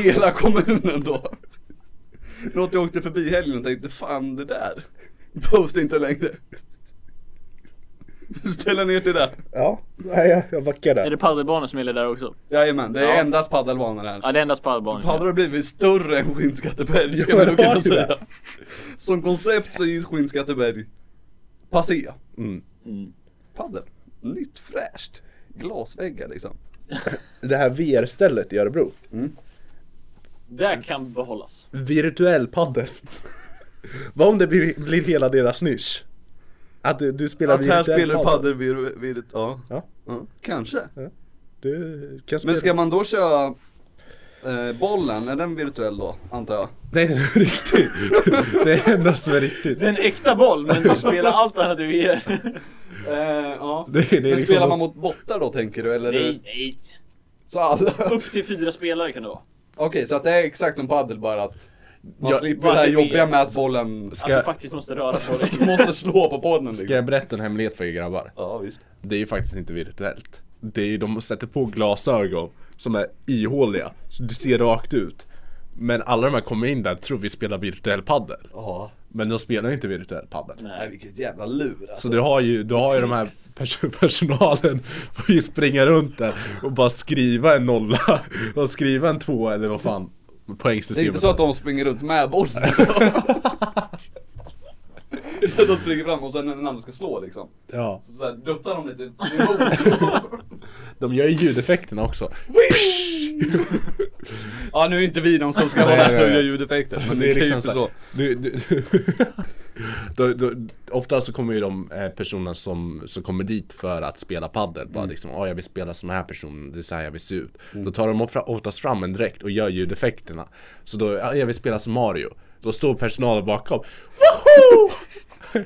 Speaker 2: Hela kommunen då. Något jag åkte förbi i helgen och tänkte fan det där behövs inte längre. Ställa ner till det.
Speaker 3: Ja, nej, jag- jag backar
Speaker 1: Är
Speaker 3: där.
Speaker 1: det padelbanor som gäller där också?
Speaker 2: Jajamän, det är
Speaker 1: Ja.
Speaker 2: endast paddelbanor här.
Speaker 1: Ja, det är endast padelbanor.
Speaker 2: Hade det blivit större än Skinnskatteberg kan
Speaker 3: Ja,
Speaker 2: man
Speaker 3: det
Speaker 2: nog kunna
Speaker 3: var ju det.
Speaker 2: säga. Som koncept så är ju Skinnskatteberg passé.
Speaker 3: Mm.
Speaker 2: Paddel. Nytt fräscht. Glasväggar liksom.
Speaker 3: Det här VR-stället i Örebro.
Speaker 1: Där kan behållas.
Speaker 3: Virtuell paddel. Vad om det blir, blir hela deras nisch? Att du, du spelar
Speaker 2: Att här
Speaker 3: virtuell
Speaker 2: spelar du padel vid, vid ja.
Speaker 3: Ja.
Speaker 2: ja. Kanske.
Speaker 3: Du kan spela.
Speaker 2: Men ska man då köra Eh, bollen, är den virtuell då? Antar jag.
Speaker 3: Nej den är riktig. det är enda som är riktigt.
Speaker 1: Det är en äkta boll men du spelar allt annat du [LAUGHS] ger.
Speaker 2: Eh, ja.
Speaker 3: Det, är- det är
Speaker 2: Men
Speaker 3: liksom
Speaker 2: spelar
Speaker 3: någon-
Speaker 2: man mot bottar då tänker du? Eller?
Speaker 1: Nej, nej.
Speaker 2: Så alla? [LAUGHS] Okej,
Speaker 1: Upp till fyra spelare kan det vara.
Speaker 2: så att det är exakt som padel bara att man
Speaker 3: Ja,
Speaker 2: slipper det här
Speaker 1: varje
Speaker 2: jobbiga
Speaker 1: VM.
Speaker 2: med att bollen
Speaker 1: Att du
Speaker 3: ska,
Speaker 1: faktiskt måste röra på dig.
Speaker 2: [LAUGHS] måste slå på bollen
Speaker 3: ska
Speaker 2: liksom.
Speaker 3: jag berätta en hemlighet för er grabbar?
Speaker 2: Ja visst.
Speaker 3: Det är ju faktiskt inte virtuellt. Det är ju, de sätter på glasögon som är ihåliga, så du ser rakt ut. Men alla de här kommer in där och tror vi spelar virtuell padel.
Speaker 2: Ja.
Speaker 3: Men de spelar ju inte virtuell padel.
Speaker 2: Nej vilket jävla lur
Speaker 3: Så
Speaker 2: alltså.
Speaker 3: du har ju, du har ju de här pers- personalen får ju springa runt där och bara skriva en nolla och skriva en tvåa eller vad fan
Speaker 2: Det är inte
Speaker 3: poängsystemet
Speaker 2: så att
Speaker 3: är.
Speaker 2: de springer runt med bollen.
Speaker 3: [LAUGHS]
Speaker 2: [LAUGHS] Det är så att de springer fram och sen när den andra ska slå liksom.
Speaker 3: ja.
Speaker 2: Så såhär duttar de lite emot så.
Speaker 3: De gör ju ljudeffekterna också.
Speaker 2: Ja nu är inte vi de som ska vara
Speaker 3: Nej,
Speaker 2: där
Speaker 3: nej,
Speaker 2: och
Speaker 3: nej.
Speaker 2: göra ljudeffekter. Men
Speaker 3: Det är liksom
Speaker 2: så.
Speaker 3: såhär, du, du, [LAUGHS] då, då, Ofta så kommer ju de eh, personerna som, som kommer dit för att spela padel Bara liksom, ja jag vill spela som den här personen, det är så här jag vill se ut Då tar de ofra- oftast fram en dräkt och gör ljudeffekterna Så då, ja, jag vill spela som Mario Då står personalen bakom Woho!
Speaker 2: [LAUGHS]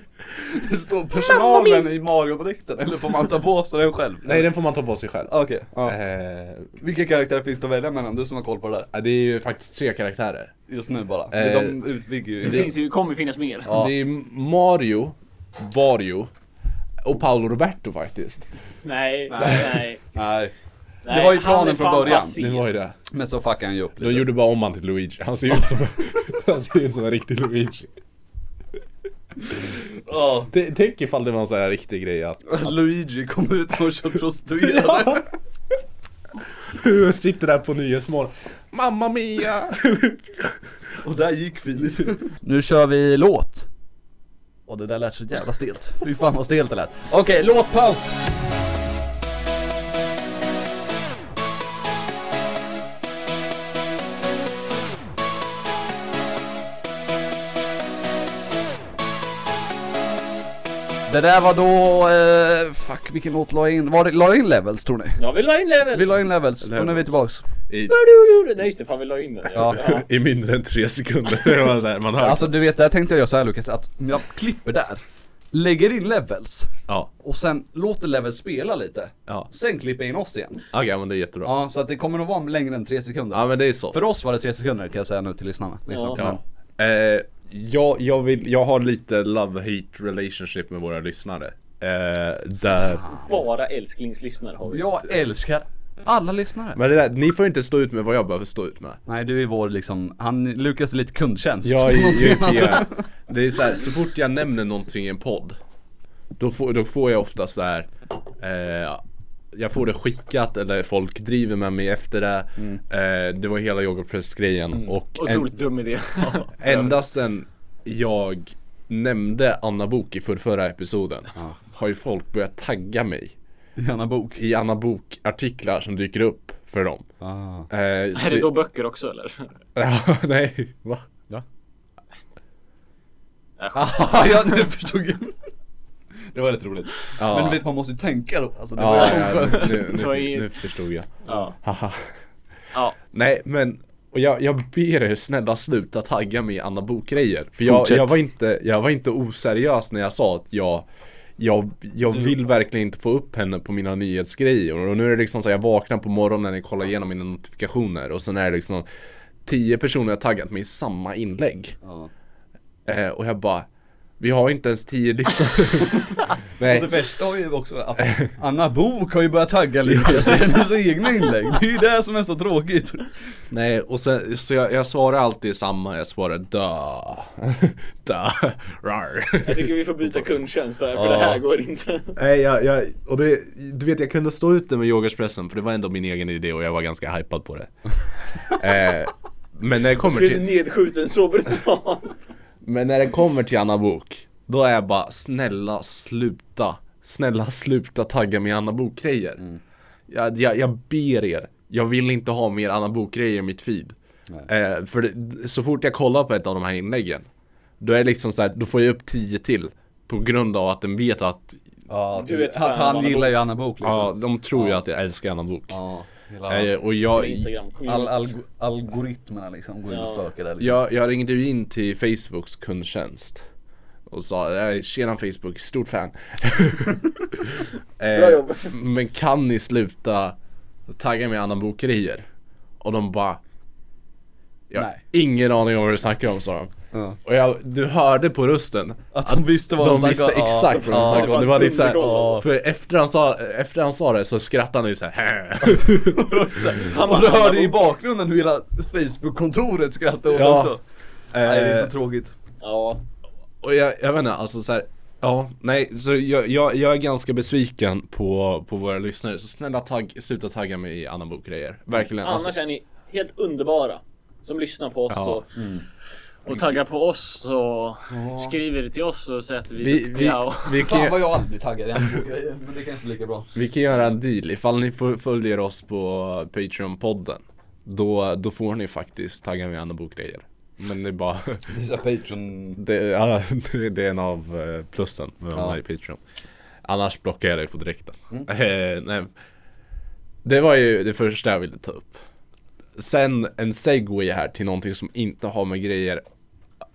Speaker 2: Det [LAUGHS] står personalen i Mario-dräkten eller får man ta på sig den själv?
Speaker 3: Nej den får man ta på sig själv
Speaker 2: Okej. ja.
Speaker 3: eh,
Speaker 2: Vilka karaktärer finns det att välja mellan? Du som har koll på det där.
Speaker 3: Det är ju faktiskt tre karaktärer
Speaker 2: Just nu bara.
Speaker 3: Eh,
Speaker 2: de utvidgar ju.
Speaker 1: Det finns ju, kommer finnas mer.
Speaker 2: Ja.
Speaker 3: Det är Mario, Vario och Paolo Roberto faktiskt
Speaker 1: Nej, nej,
Speaker 2: Nej.
Speaker 1: nej.
Speaker 2: Det var
Speaker 1: Han är
Speaker 2: ju planen från
Speaker 1: fan
Speaker 2: början.
Speaker 1: passiv.
Speaker 3: Det var ju det
Speaker 2: Men så fuckar han ju upp
Speaker 3: De
Speaker 2: lite.
Speaker 3: gjorde bara om han till Luigi. Han ser ut som, [LAUGHS] han ser ut som en riktig Luigi.
Speaker 2: Ja.
Speaker 3: T- tänk ifall det var en sån här riktig grej att
Speaker 2: [LAUGHS] Luigi kom ut och kör [LAUGHS] prostituerade.
Speaker 3: [LAUGHS] du sitter där på Nyhetsmorgon. Mamma [LAUGHS] mia!
Speaker 2: Och där gick [LAUGHS] vi. Nu kör vi låt. Och det där lät så jävla stelt. Fy fan vad stelt det lät. Okej, låtpaus! Det där var då, eh, fuck vilken låt la jag in? Var det, la jag in levels tror ni?
Speaker 1: Ja, vi la in levels.
Speaker 2: Vi la in levels, och nu är vi tillbaks.
Speaker 3: I,
Speaker 1: Nej just det, fan vi la in den.
Speaker 2: Ja.
Speaker 3: I mindre än tre sekunder. [LAUGHS] Man, så här, man hör.
Speaker 2: Alltså du vet, där tänkte jag göra så här Lukas, att jag klipper där, lägger in levels
Speaker 3: ja,
Speaker 2: och sen låter levels spela lite.
Speaker 3: ja.
Speaker 2: Sen klipper jag in oss igen.
Speaker 3: Okej men det är jättebra. Ja,
Speaker 2: Ja, så att det kommer nog vara längre än tre sekunder.
Speaker 3: men det är så.
Speaker 2: För oss var det tre sekunder kan jag säga nu till lyssnarna. Liksom.
Speaker 1: Ja.
Speaker 2: Ja.
Speaker 3: Eh, jag, jag, vill, jag har lite love-hate relationship med våra lyssnare. Eh, där...
Speaker 1: Bara älsklingslyssnare har vi.
Speaker 2: Jag älskar alla lyssnare.
Speaker 3: Men det där, ni får inte stå ut med vad jag behöver stå ut med.
Speaker 2: Nej, du är vår liksom, han, Lukas är lite kundtjänst.
Speaker 3: Jag
Speaker 2: [LAUGHS]
Speaker 3: är
Speaker 2: Någonting
Speaker 3: ju
Speaker 2: annat.
Speaker 3: PR. Det är så här, så fort jag nämner någonting i en podd Då får, då får jag ofta så här. Eh, jag får det skickat eller folk driver med mig efter det eh, Det var hela yogapress-grejen och en,
Speaker 1: Otroligt dum idé.
Speaker 3: ända sen jag nämnde Anna Bok i förrförra episoden Har ju folk börjat tagga mig
Speaker 2: Gärna bok.
Speaker 3: i Anna Bok artiklar som dyker upp för dem
Speaker 2: Ah. [LAUGHS]
Speaker 1: [LAUGHS]
Speaker 3: eh,
Speaker 1: Är det
Speaker 3: så-
Speaker 1: då böcker också eller?
Speaker 3: [LAUGHS] Ja, Nej, va? va?
Speaker 2: ja, nu förstod jag. Det var rätt roligt.
Speaker 3: Ja.
Speaker 2: Men du vet, man måste ju tänka då. Alltså, det var
Speaker 3: Ja,
Speaker 2: ju-
Speaker 3: ja, nu,
Speaker 1: [LAUGHS] Ta
Speaker 3: nu,
Speaker 1: i-
Speaker 3: nu förstod jag.
Speaker 1: Ja.
Speaker 3: Haha.
Speaker 1: ja.
Speaker 3: Nej men, och jag, jag ber er snälla sluta tagga mig i Anna Bok-grejer. För jag,
Speaker 2: Fortsätt.
Speaker 3: jag, var inte, jag var inte oseriös när jag sa att jag jag, jag vill verkligen inte få upp henne på mina nyhetsgrejer och nu är det liksom så här, jag vaknar på morgonen och kollar igenom mina notifikationer och sen är det liksom Tio personer har taggat mig i samma inlägg
Speaker 2: Ja.
Speaker 3: eh, Och jag bara Vi har inte ens tio lyssnare [LAUGHS]
Speaker 2: Och det
Speaker 3: Nej,
Speaker 2: värsta är ju också
Speaker 3: [LAUGHS]
Speaker 2: att Anna Bok har ju börjat tagga Lukas i hennes egna inlägg. Det är ju det som är så tråkigt.
Speaker 3: nej och sen, så jag, jag svarar alltid samma Jag svarar dö [LAUGHS] Dö Rar
Speaker 1: Jag tycker vi får byta kundtjänst där för
Speaker 3: Ja.
Speaker 1: det här går inte.
Speaker 3: Nej, jag, jag, och det, du vet jag kunde stå ut det med yogaspressen för det var ändå min egen idé och jag var ganska hypad på det. eh, men när det kommer
Speaker 1: Blir
Speaker 3: till,
Speaker 1: nedskjuten så brutalt.
Speaker 3: men när det kommer till Anna Bok då är jag bara snälla sluta, snälla sluta tagga mig i Anna Bok grejer. Jag, jag, jag ber er, jag vill inte ha mer Anna Bok grejer i mitt feed. Eh, för det, så fort jag kollar på ett av de här inläggen då är det liksom så här, då får jag upp 10 till på grund av att den vet att
Speaker 2: Ja,
Speaker 1: Du är ett
Speaker 2: att
Speaker 1: fan av
Speaker 3: typ.
Speaker 2: han
Speaker 1: Anna
Speaker 2: gillar
Speaker 1: Bok.
Speaker 2: ju Anna Bok liksom.
Speaker 3: Ja, de tror ju att jag älskar Anna Bok.
Speaker 2: Ja. Hela
Speaker 3: Eh, och jag,
Speaker 1: Eller Instagram. Skit.
Speaker 2: all, alg- algoritmerna liksom går in och
Speaker 1: Ja.
Speaker 2: spökar där liksom.
Speaker 3: jag, jag ringde ju in till Facebooks kundtjänst och sa "Eh, tjena Facebook, stort fan. [LAUGHS] eh,
Speaker 1: jobb.
Speaker 3: men kan ni sluta tagga mig i anabokerier? Och de bara jag har
Speaker 2: Nej.
Speaker 3: ingen aning om vad du snackar om sa de.
Speaker 2: Ja.
Speaker 3: Och jag, du hörde på rösten
Speaker 2: Att de visste vad
Speaker 3: de
Speaker 2: snackade
Speaker 3: visste
Speaker 2: om.
Speaker 3: exakt vad de snackade om. Det var lite såhär,
Speaker 1: Ja.
Speaker 3: för efter han sa, efter han sa det så skrattade han ju [LAUGHS] såhär
Speaker 1: Han
Speaker 2: Och du hörde i
Speaker 1: bara...
Speaker 2: bakgrunden hur hela Facebook-kontoret skrattade åt
Speaker 3: Ja.
Speaker 2: också.
Speaker 3: Eh,
Speaker 2: Nej, det är så tråkigt.
Speaker 1: Ja.
Speaker 3: Och jag, jag vet inte, alltså så här, Ja, nej, så jag, jag, jag är ganska besviken på, på våra lyssnare Så snälla tagg, sluta tagga mig i Anna Bok-grejer Verkligen
Speaker 1: Annars
Speaker 3: alltså,
Speaker 1: är ni helt underbara. Som lyssnar på oss
Speaker 3: Ja. Mm.
Speaker 1: och, och taggar på oss och skriver till oss och säger att vi,
Speaker 3: vi,
Speaker 1: är
Speaker 3: vi,
Speaker 1: duktiga. och-
Speaker 3: vi,
Speaker 2: Fan
Speaker 3: kan,
Speaker 2: vad jag aldrig blir taggad i andra grejer, men det är kanske är lika bra.
Speaker 3: vi kan göra en deal, ifall ni får- följer oss på Patreon-podden då, då får ni faktiskt tagga mig i Anna Bok-grejer Men det är bara [LAUGHS]
Speaker 2: Det är så här [LAUGHS] Patreon...
Speaker 3: Det, ja, [LAUGHS] det- det är en av eh, plussen med att vara med i Patreon. Annars blockar jag dig på direkten.
Speaker 2: Mm.
Speaker 3: [LAUGHS] Eh, nej. Det var ju det första jag ville ta upp. Sen en segway här till någonting som inte har med grejer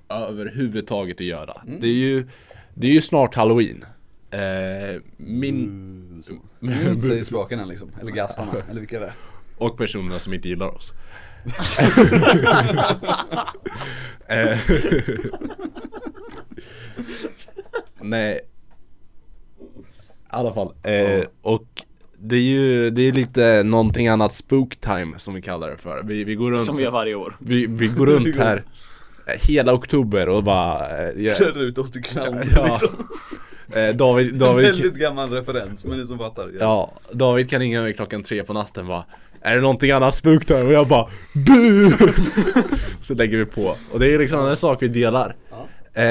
Speaker 3: överhuvudtaget att göra.
Speaker 2: Mm.
Speaker 3: Det, är ju, det är ju snart halloween. Eh, min
Speaker 2: Mm, säger spaken här liksom, eller gastarna, eller vilka det är.
Speaker 3: och personerna som inte gillar [LAUGHS] oss. Eh, Nej. I alla fall. Eh, och det är ju det är lite någonting annat spooktime som vi kallar det för. Vi, vi går runt.
Speaker 1: Som vi gör varje år.
Speaker 3: vi, [LAUGHS] vi går runt här eh, hela oktober och bara. Eh, gör-
Speaker 2: Klär ut oss till clowner
Speaker 3: [LAUGHS] Ja.
Speaker 2: liksom.
Speaker 3: eh, David, David,
Speaker 2: Väldigt gammal referens, men ni som fattar. Ja.
Speaker 3: Ja, David kan ringa mig klockan tre på natten va Är det någonting annat spukt här? Och jag bara BU! [LAUGHS] Så lägger vi på Och det är liksom en sak vi delar eh,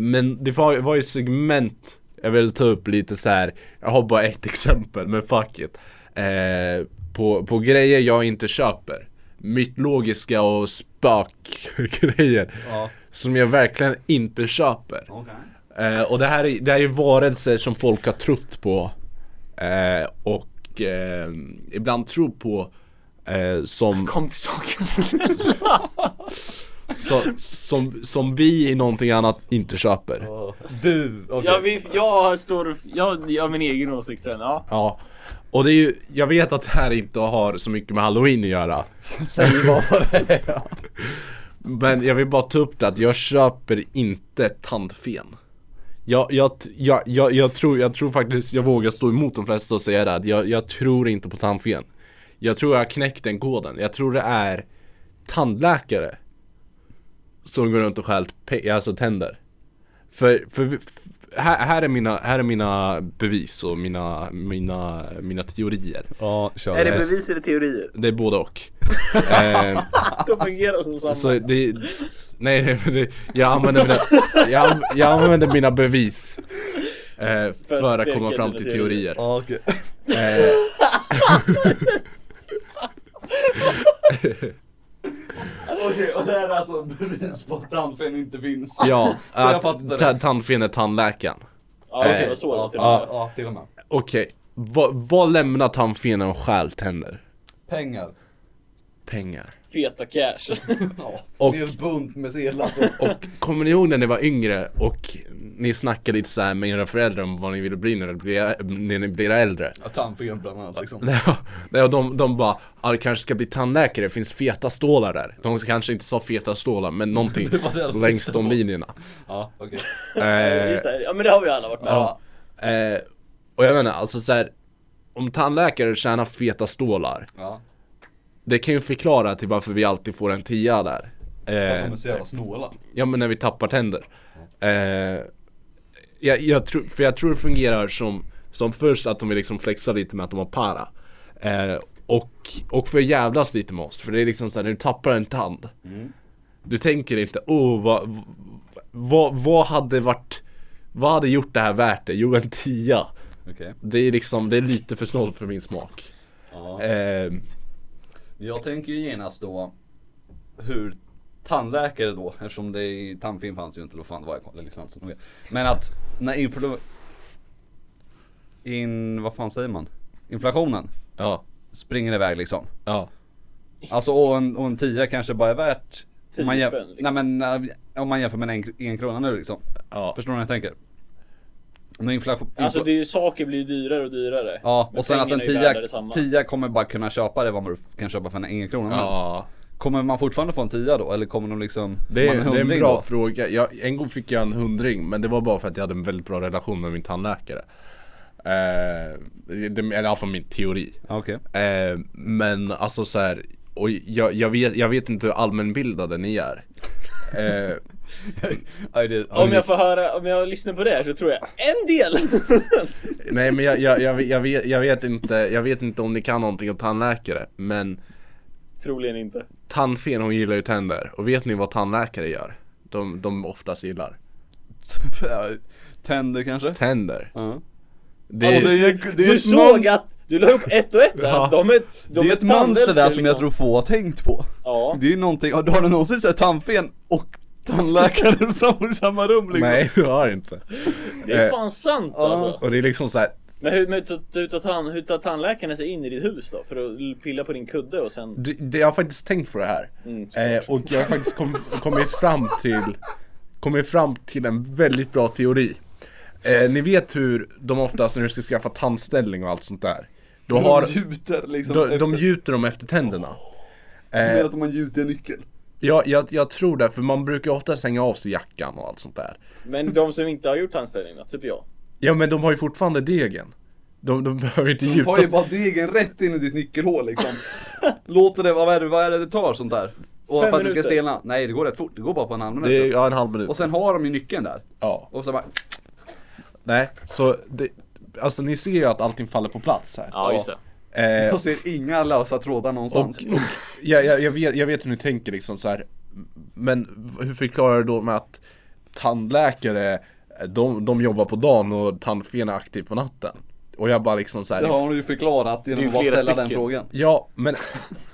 Speaker 3: Men det var, var ju ett segment Jag ville ta upp lite så här. Jag har bara ett [LAUGHS] exempel, men fuck it eh, på, på grejer jag inte köper Mytologiska och spökgrejer
Speaker 2: Ja.
Speaker 3: Som jag verkligen inte köper Eh, och det här, är, det här är varelser som folk har trott på eh, och eh, ibland tror på eh, som,
Speaker 1: Kom till saken snälla.
Speaker 3: så, som, som vi i någonting annat inte köper.
Speaker 2: Du, okej.
Speaker 1: [LAUGHS] Ja, vi, jag står... Jag, jag har min egen åsikt sen. Ja.
Speaker 3: Ja. Och det är ju, jag vet att det här inte har så mycket med halloween att göra.
Speaker 2: Säg bara det
Speaker 3: Men jag vill bara ta upp det att jag köper inte tandfen. Jag, jag, t- jag, jag, jag, tror, jag tror faktiskt, jag vågar stå emot de flesta och säga det att jag, jag tror inte på tandfen. Jag tror jag har knäckt den koden. Jag tror det är tandläkare som går runt och stjäl pe- alltså tänder. För, för vi- f- här, här, är mina, här är mina bevis och mina, mina, mina teorier.
Speaker 2: Ja,
Speaker 1: Är
Speaker 2: kör.
Speaker 1: det bevis eller teorier?
Speaker 3: Det är både och. [LAUGHS] eh,
Speaker 1: De fungerar som samma.
Speaker 3: så det, nej, nej men det, jag, använder mina, jag, an- jag använder mina bevis eh, för att
Speaker 1: styrka
Speaker 3: komma fram
Speaker 1: dina
Speaker 3: till
Speaker 1: teorier.
Speaker 3: teorier.
Speaker 2: Ja, okej. [LAUGHS] Okej, och det här är alltså bevis på att tandfen inte finns.
Speaker 3: Ja,
Speaker 2: jag
Speaker 3: att
Speaker 2: fattar det.
Speaker 3: ta- tandfen är tandläkaren.
Speaker 1: Ja, okej,
Speaker 3: Eh,
Speaker 1: vad så det
Speaker 2: Ja,
Speaker 1: var.
Speaker 2: ja, till och med.
Speaker 3: Okej, vad, vad lämnar tandfen och stjäl tänder?
Speaker 2: Pengar.
Speaker 3: Pengar.
Speaker 1: Feta cash.
Speaker 2: [LAUGHS] Ja,
Speaker 3: Och-
Speaker 2: det är en bunt med sedlar [LAUGHS] alltså.
Speaker 3: Och kommer ni ihåg när ni var yngre och ni snackade lite så här med era föräldrar om vad ni ville bli när ni blir, när ni blir äldre?
Speaker 2: Ja, tandfen bland annat liksom.
Speaker 3: Nej, och- Nej, och de, de bara, ah, det kanske ska bli tandläkare, det finns feta stålar där. De kanske inte sa feta stålar, men någonting
Speaker 2: var [LAUGHS] det jag
Speaker 3: längs de linjerna.
Speaker 2: [LAUGHS] Ja, okej.
Speaker 1: [LAUGHS]
Speaker 3: Eh,
Speaker 1: Just det. Ja, men det har vi alla varit med om.
Speaker 3: ja. eh, och jag menar, alltså så här, om tandläkare tjänar feta stålar,
Speaker 2: Ja.
Speaker 3: det kan ju förklara till varför vi alltid får en tia där. Eh,
Speaker 2: De är så jävla snåla.
Speaker 3: ja, men när vi tappar tänder. Eh, jag, jag tror, för jag tror det fungerar som, som först att de vill liksom flexa lite med att de har para. Eh, och, och för att jävlas lite med oss. För det är liksom såhär, när du tappar en tand. Du tänker inte, oh vad, v- vad, vad hade varit, vad hade gjort det här värt det? Jo en tia.
Speaker 2: Okej.
Speaker 3: Det är liksom, det är lite för snålt för min smak.
Speaker 2: Ja.
Speaker 3: Eh,
Speaker 2: Jag tänker ju genast då hur tandläkare då, eftersom det i tandfilm fanns ju inte, eller vad fan det var, jag kollade liksom inte så noga. Men att när influ... In, vad fan säger man? Inflationen
Speaker 3: ja.
Speaker 2: springer iväg liksom.
Speaker 3: Ja.
Speaker 2: Alltså och en, och en tia kanske bara är värt om man,
Speaker 1: 10
Speaker 2: jäm-
Speaker 1: spänn, liksom.
Speaker 2: nej, men, eh, om man jämför med en, kr- en krona nu liksom.
Speaker 3: Ja.
Speaker 2: Förstår ni vad jag tänker? Om inflation,
Speaker 1: Alltså det är ju, saker blir ju dyrare och dyrare.
Speaker 2: Ja,
Speaker 1: Men
Speaker 2: och sen att en
Speaker 1: pengarna är ju värda
Speaker 2: tia,
Speaker 1: detsamma.
Speaker 2: tia kommer bara kunna köpa det vad man kan köpa för en ingen krona nu.
Speaker 3: ja.
Speaker 2: Kommer man fortfarande få en tia då? Eller kommer de liksom...
Speaker 3: Det
Speaker 2: man
Speaker 3: är, det är en
Speaker 2: hundring
Speaker 3: bra
Speaker 2: då?
Speaker 3: fråga. Jag, en gång fick jag en hundring men det var bara för att jag hade en väldigt bra relation med min tandläkare. Eh, det, eller i alla fall min teori.
Speaker 2: Ja, Okej. [LAUGHS]
Speaker 3: Eh, men alltså så här, och jag, jag, vet, jag vet inte hur allmänbildade ni är. Eh,
Speaker 2: Ja, det-
Speaker 1: Om jag får höra, om jag lyssnar på det här så tror jag en del! [LAUGHS]
Speaker 3: nej men jag, jag, jag, vet- jag, vet, jag, vet inte, jag vet inte om ni kan någonting om tandläkare men
Speaker 1: Troligen inte.
Speaker 3: tandfen hon gillar ju tänder och vet ni vad tandläkare gör? De, de oftast gillar
Speaker 2: [LAUGHS] Tänder kanske?
Speaker 3: tänder.
Speaker 2: Ja.
Speaker 3: Det
Speaker 2: Och
Speaker 3: är,
Speaker 2: det är, det är
Speaker 1: Du
Speaker 2: ett
Speaker 1: såg
Speaker 2: mönster-
Speaker 1: att du la upp ett och ett där.
Speaker 3: Ja.
Speaker 1: De är, de
Speaker 2: det är ett mönster där som
Speaker 1: tandälskare,
Speaker 2: jag
Speaker 1: liksom.
Speaker 2: tror få har tänkt på.
Speaker 1: Ja.
Speaker 2: Det är ju någonting, har du- har du någonsin sett tandfen och
Speaker 1: [LAUGHS]
Speaker 2: tandläkaren som i samma rum liksom?
Speaker 3: nej det har jag inte.
Speaker 1: Det är
Speaker 3: Eh,
Speaker 1: fan sant alltså.
Speaker 3: Och det är liksom så här,
Speaker 1: Men hur, men hur, hur, tar tan, hur tar tandläkaren sig in i ditt hus då? För att pilla på din kudde och sen...
Speaker 3: Du, det, jag har faktiskt tänkt på det här.
Speaker 2: Mm,
Speaker 3: eh, och jag har faktiskt kom, kommit fram till kommit fram till en väldigt bra teori. Eh, ni vet hur de oftast när du ska skaffa tandställning och allt sånt där. Då har,
Speaker 2: De gjuter liksom,
Speaker 3: då,
Speaker 2: efter,
Speaker 3: de gjuter dem efter tänderna.
Speaker 2: med att man gjuter en nyckel.
Speaker 3: Jag, jag, jag tror det, för man brukar oftast hänga av sig jackan och allt sånt där.
Speaker 1: Men de som inte har gjort tandställning då? Typ jag.
Speaker 3: Ja men de har ju fortfarande degen. De, de behöver inte
Speaker 2: Du tar ju
Speaker 3: gjuta.
Speaker 2: bara degen rätt in i ditt
Speaker 1: [LAUGHS]
Speaker 2: nyckelhål liksom. Låter det, vad är det, vad är det det tar sånt där? Och
Speaker 1: Fem
Speaker 2: för att det ska
Speaker 1: minuter.
Speaker 2: stelna? Nej det går rätt fort, det går bara på en halv minut.
Speaker 3: Det är ja, en halv minut.
Speaker 2: Och sen har de ju nyckeln där.
Speaker 3: ja.
Speaker 2: Och så bara,
Speaker 3: Nej, så det, alltså ni ser ju att allting faller på plats här.
Speaker 1: Ja, just det.
Speaker 3: Eh,
Speaker 2: jag ser inga lösa trådar någonstans.
Speaker 3: Och, och jag, jag, jag, vet, jag vet hur ni tänker liksom så här. Men v- hur förklarar du då med att tandläkare, de, de jobbar på dagen och tandfen är aktiv på natten? Och jag bara liksom så här.
Speaker 2: det har hon ju förklarat genom
Speaker 1: Det är
Speaker 2: att
Speaker 1: ju
Speaker 2: bara
Speaker 1: flera
Speaker 2: ställa den
Speaker 1: stycken.
Speaker 2: frågan.
Speaker 3: Ja, men,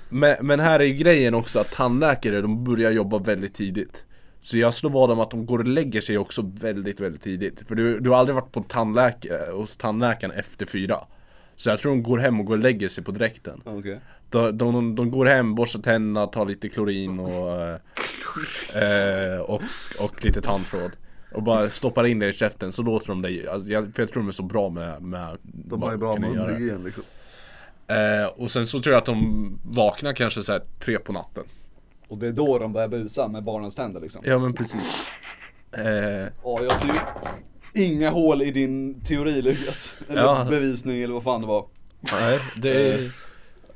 Speaker 3: men, men här är ju grejen också att tandläkare de börjar jobba väldigt tidigt. Så jag slår vad om att de går och lägger sig också väldigt, väldigt tidigt. För du, du har aldrig varit på tandläkare, hos tandläkaren efter fyra. Så jag tror de går hem och går och lägger sig på direkten.
Speaker 2: Okej.
Speaker 3: De, de, de, de går hem, borstar tänderna, tar lite klorin och, eh, och, och lite tandtråd. Och bara stoppar in det i käften så låter de dig, alltså jag, för jag tror de är så bra med, med De
Speaker 2: hygien liksom.
Speaker 3: eh, Och sen så tror jag att de vaknar kanske såhär tre på natten.
Speaker 2: Och det är då de börjar busa med barnens tänder liksom.
Speaker 3: Ja men precis. Eh,
Speaker 2: Ja, jag ser ju inga hål i din teori Lukas. Eller
Speaker 3: Ja.
Speaker 2: bevisning eller vad fan det var.
Speaker 3: nej, det,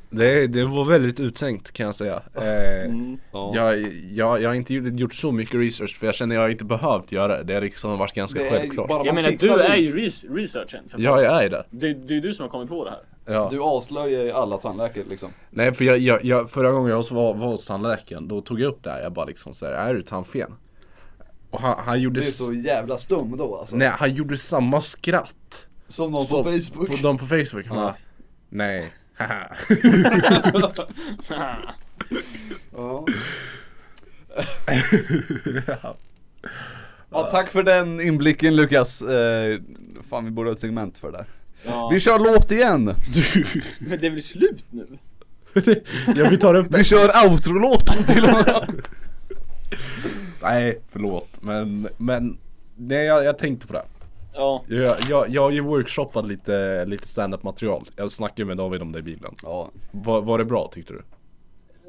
Speaker 3: det, det var väldigt uttänkt kan jag säga. Eh,
Speaker 2: Ja.
Speaker 3: jag, jag, jag har inte gjort, gjort så mycket research för jag känner jag har inte behövt göra det. Det har liksom varit ganska
Speaker 2: Det är ju
Speaker 3: självklart.
Speaker 2: bara-
Speaker 1: Jag
Speaker 2: man
Speaker 1: menar,
Speaker 2: tittar
Speaker 1: du är
Speaker 2: in-
Speaker 1: ju res- researchen. För fan.
Speaker 3: Ja, jag är det.
Speaker 1: Det, det är ju du som har kommit på det här.
Speaker 3: Ja.
Speaker 2: Du avslöjar ju alla tandläkare liksom.
Speaker 3: Nej för jag, jag, jag, förra gången jag var, var hos tandläkaren då tog jag upp det här. Jag bara liksom såhär, är du tandfen? Och han, han gjorde...
Speaker 2: Du är
Speaker 3: s-
Speaker 2: så jävla stum då alltså.
Speaker 3: Nej han gjorde samma skratt.
Speaker 2: Som någon
Speaker 3: som-
Speaker 2: på Facebook.
Speaker 3: På, de på Facebook. Han bara, nej.
Speaker 2: [LAUGHS]
Speaker 3: haha."
Speaker 2: Ja. ja, tack för den inblicken Lukas. Eh, fan vi borde ha ett segment för det där.
Speaker 1: Ja.
Speaker 2: Vi kör låt igen.
Speaker 1: [LAUGHS] Men det är väl slut nu?
Speaker 3: ja vi tar upp
Speaker 2: Vi kör outro-låten till och med.
Speaker 3: [LAUGHS] Nej förlåt men, men Nej jag, jag tänkte på det.
Speaker 1: Ja.
Speaker 3: Jag, jag, jag har ju workshoppat lite, lite stand-up material. Jag snackade med David om det i bilen.
Speaker 2: Ja.
Speaker 3: Var, var det bra tyckte du?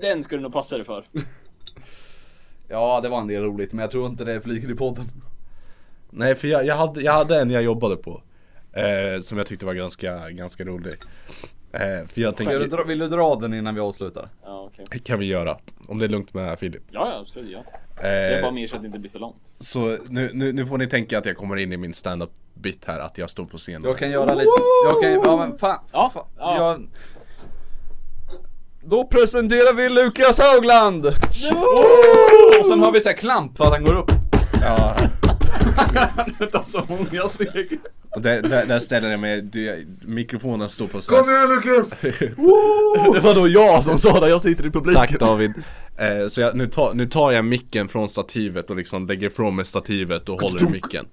Speaker 1: Den skulle du nog passa dig [LAUGHS] för.
Speaker 2: ja, det var en del roligt men jag tror inte det flyger i podden.
Speaker 3: Nej för jag, jag, hade, jag hade en jag jobbade på eh, Som jag tyckte var ganska, ganska rolig eh, För jag
Speaker 2: Vill du,
Speaker 3: tänker,
Speaker 2: dra, vill du dra den innan vi avslutar?
Speaker 1: Ja, okej.
Speaker 3: det kan vi göra Om det är lugnt med Filip
Speaker 1: Ja, ja, absolut. Ja. Det är bara
Speaker 3: eh,
Speaker 1: mer så att det inte blir för långt.
Speaker 3: Så nu, nu, nu får ni tänka att jag kommer in i min stand-up bit här Att jag står på scenen
Speaker 2: Jag kan göra lite, jag kan, ja men fan.
Speaker 1: Ja,
Speaker 2: fan
Speaker 1: ja.
Speaker 2: Jag... Då presenterar vi Lukas Haugland! Och sen har vi så här klamp för att han går upp. [LAUGHS]
Speaker 3: ja,
Speaker 2: Han tar så många steg.
Speaker 3: och där, där, där ställer jag mig, det, mikrofonen står på
Speaker 2: Kom
Speaker 3: svensk
Speaker 2: igen Lukas! Det var då jag som sa det, jag sitter i publiken.
Speaker 3: [LAUGHS] Tack David eh, Så jag, nu, tar, nu tar jag micken från stativet och liksom lägger ifrån mig stativet och håller i micken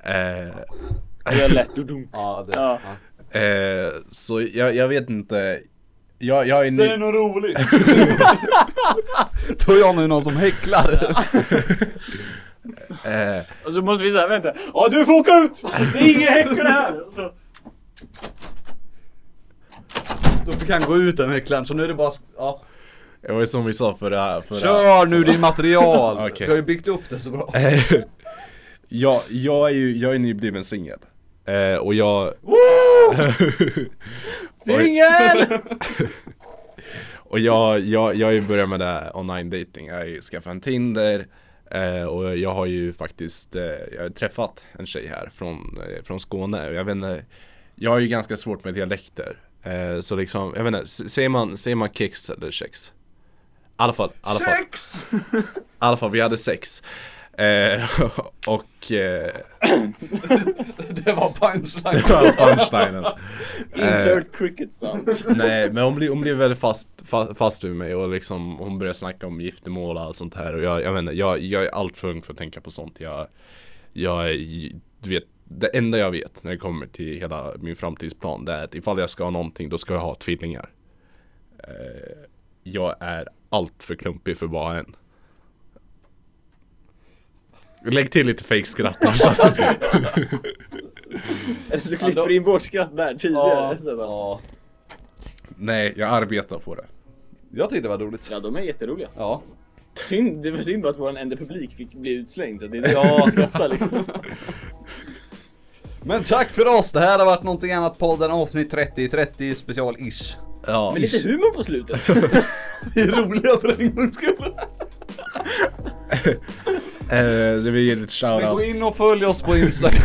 Speaker 3: eh,
Speaker 1: Det är lätt. Dudum.
Speaker 2: Ja, det,
Speaker 1: Ja.
Speaker 3: Eh, så jag, jag vet inte Jag, jag är
Speaker 6: Säg
Speaker 3: ny...
Speaker 6: något roligt!
Speaker 2: Tror jag nu någon som häcklar.
Speaker 3: Eh,
Speaker 1: Och så måste vi säga vänta. Ja du får åka ut! Det är ingen häcken här! Och Så,
Speaker 2: Då fick han gå ut den häcklaren så nu är det bara, ja.
Speaker 3: det var ju som vi sa förra... förra... [LAUGHS]
Speaker 2: Kör nu din material!
Speaker 3: Okej.
Speaker 2: Du har ju byggt upp det så bra.
Speaker 3: Eh, jag, jag är ju, jag är nybliven singel. Eh, och jag... [LAUGHS]
Speaker 1: Singel!
Speaker 3: och jag, jag, jag har ju börjat med det här online dating. Jag har ju skaffat en Tinder. Eh, och jag har ju faktiskt eh, jag har träffat en tjej här från, eh, från Skåne. Jag vet inte, jag har ju ganska svårt med dialekter. Eh, så liksom, jag vet inte, s- säger man, säger man kex eller kex? I alla fall, i alla fall.
Speaker 2: Sex!
Speaker 3: I alla fall, vi hade sex. Eh, [LAUGHS] och eh,
Speaker 2: [LAUGHS] Det var punchline.
Speaker 3: det var punchlinen.
Speaker 1: Insert cricket sounds.
Speaker 3: [LAUGHS] Nej, men hon blev, hon blev väldigt fast, fa- fast vid mig och liksom hon började snacka om giftermål och allt sånt här och jag, jag vet inte, jag, jag är allt för ung för att tänka på sånt. Jag, jag, är- du vet, det enda jag vet när det kommer till hela min framtidsplan det är att ifall jag ska ha någonting då ska jag ha tvillingar. Eh, jag är allt för klumpig för bara en. Lägg till lite fejkskratt annars
Speaker 1: [LAUGHS]
Speaker 3: alltså.
Speaker 1: Eller så klipper du in vårt skratt där tidigare. Så bara,
Speaker 2: Ja.
Speaker 3: [LAUGHS] Nej, jag arbetar på det.
Speaker 2: Jag tyckte det var roligt.
Speaker 1: Ja de är jätteroliga.
Speaker 2: Ja.
Speaker 1: Synd, det var synd bara att vår enda publik fick bli utslängd. Så det är det jag skrattar liksom.
Speaker 2: Men tack för oss, det här har varit någonting annat podden avsnitt 30, 30 special-ish.
Speaker 3: Ja.
Speaker 1: [LAUGHS] Men lite humor på slutet. [LAUGHS]
Speaker 2: Vi är roliga för en gångs skull.
Speaker 3: Eh, så vi ger lite
Speaker 2: Men Gå
Speaker 3: shoutout.
Speaker 2: in och följ oss på [LAUGHS] Instagram.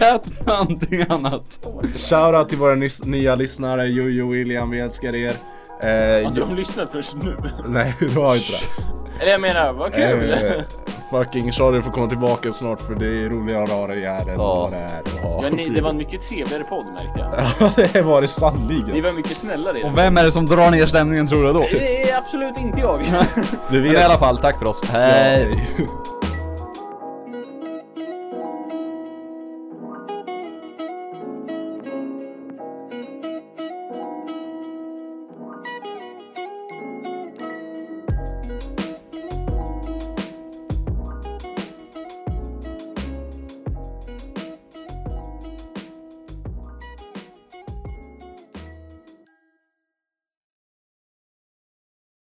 Speaker 2: Ät någonting annat.
Speaker 3: Shoutout till våra nys- nya lyssnare, Jojo och William, vi älskar er. Eh,
Speaker 1: Har
Speaker 3: jo,
Speaker 1: de lyssnat först nu?
Speaker 3: [LAUGHS] nej, det var inte det.
Speaker 1: Eller jag menar, vad kul!
Speaker 3: Eh, fucking sorry får komma tillbaka snart för det är roligare att ha dig här än
Speaker 2: Ja.
Speaker 3: vad det är att ha.
Speaker 1: Men ni, det var en mycket trevligare podd märkte jag.
Speaker 3: [LAUGHS] Ja, det var det
Speaker 1: Ni
Speaker 3: sannerligen.
Speaker 1: var mycket snällare i
Speaker 2: Och
Speaker 1: den.
Speaker 2: vem är det som drar ner stämningen tror du då?
Speaker 1: Det är absolut inte jag. eh,
Speaker 2: Men i alla fall, tack för oss. Hej!
Speaker 3: Nej.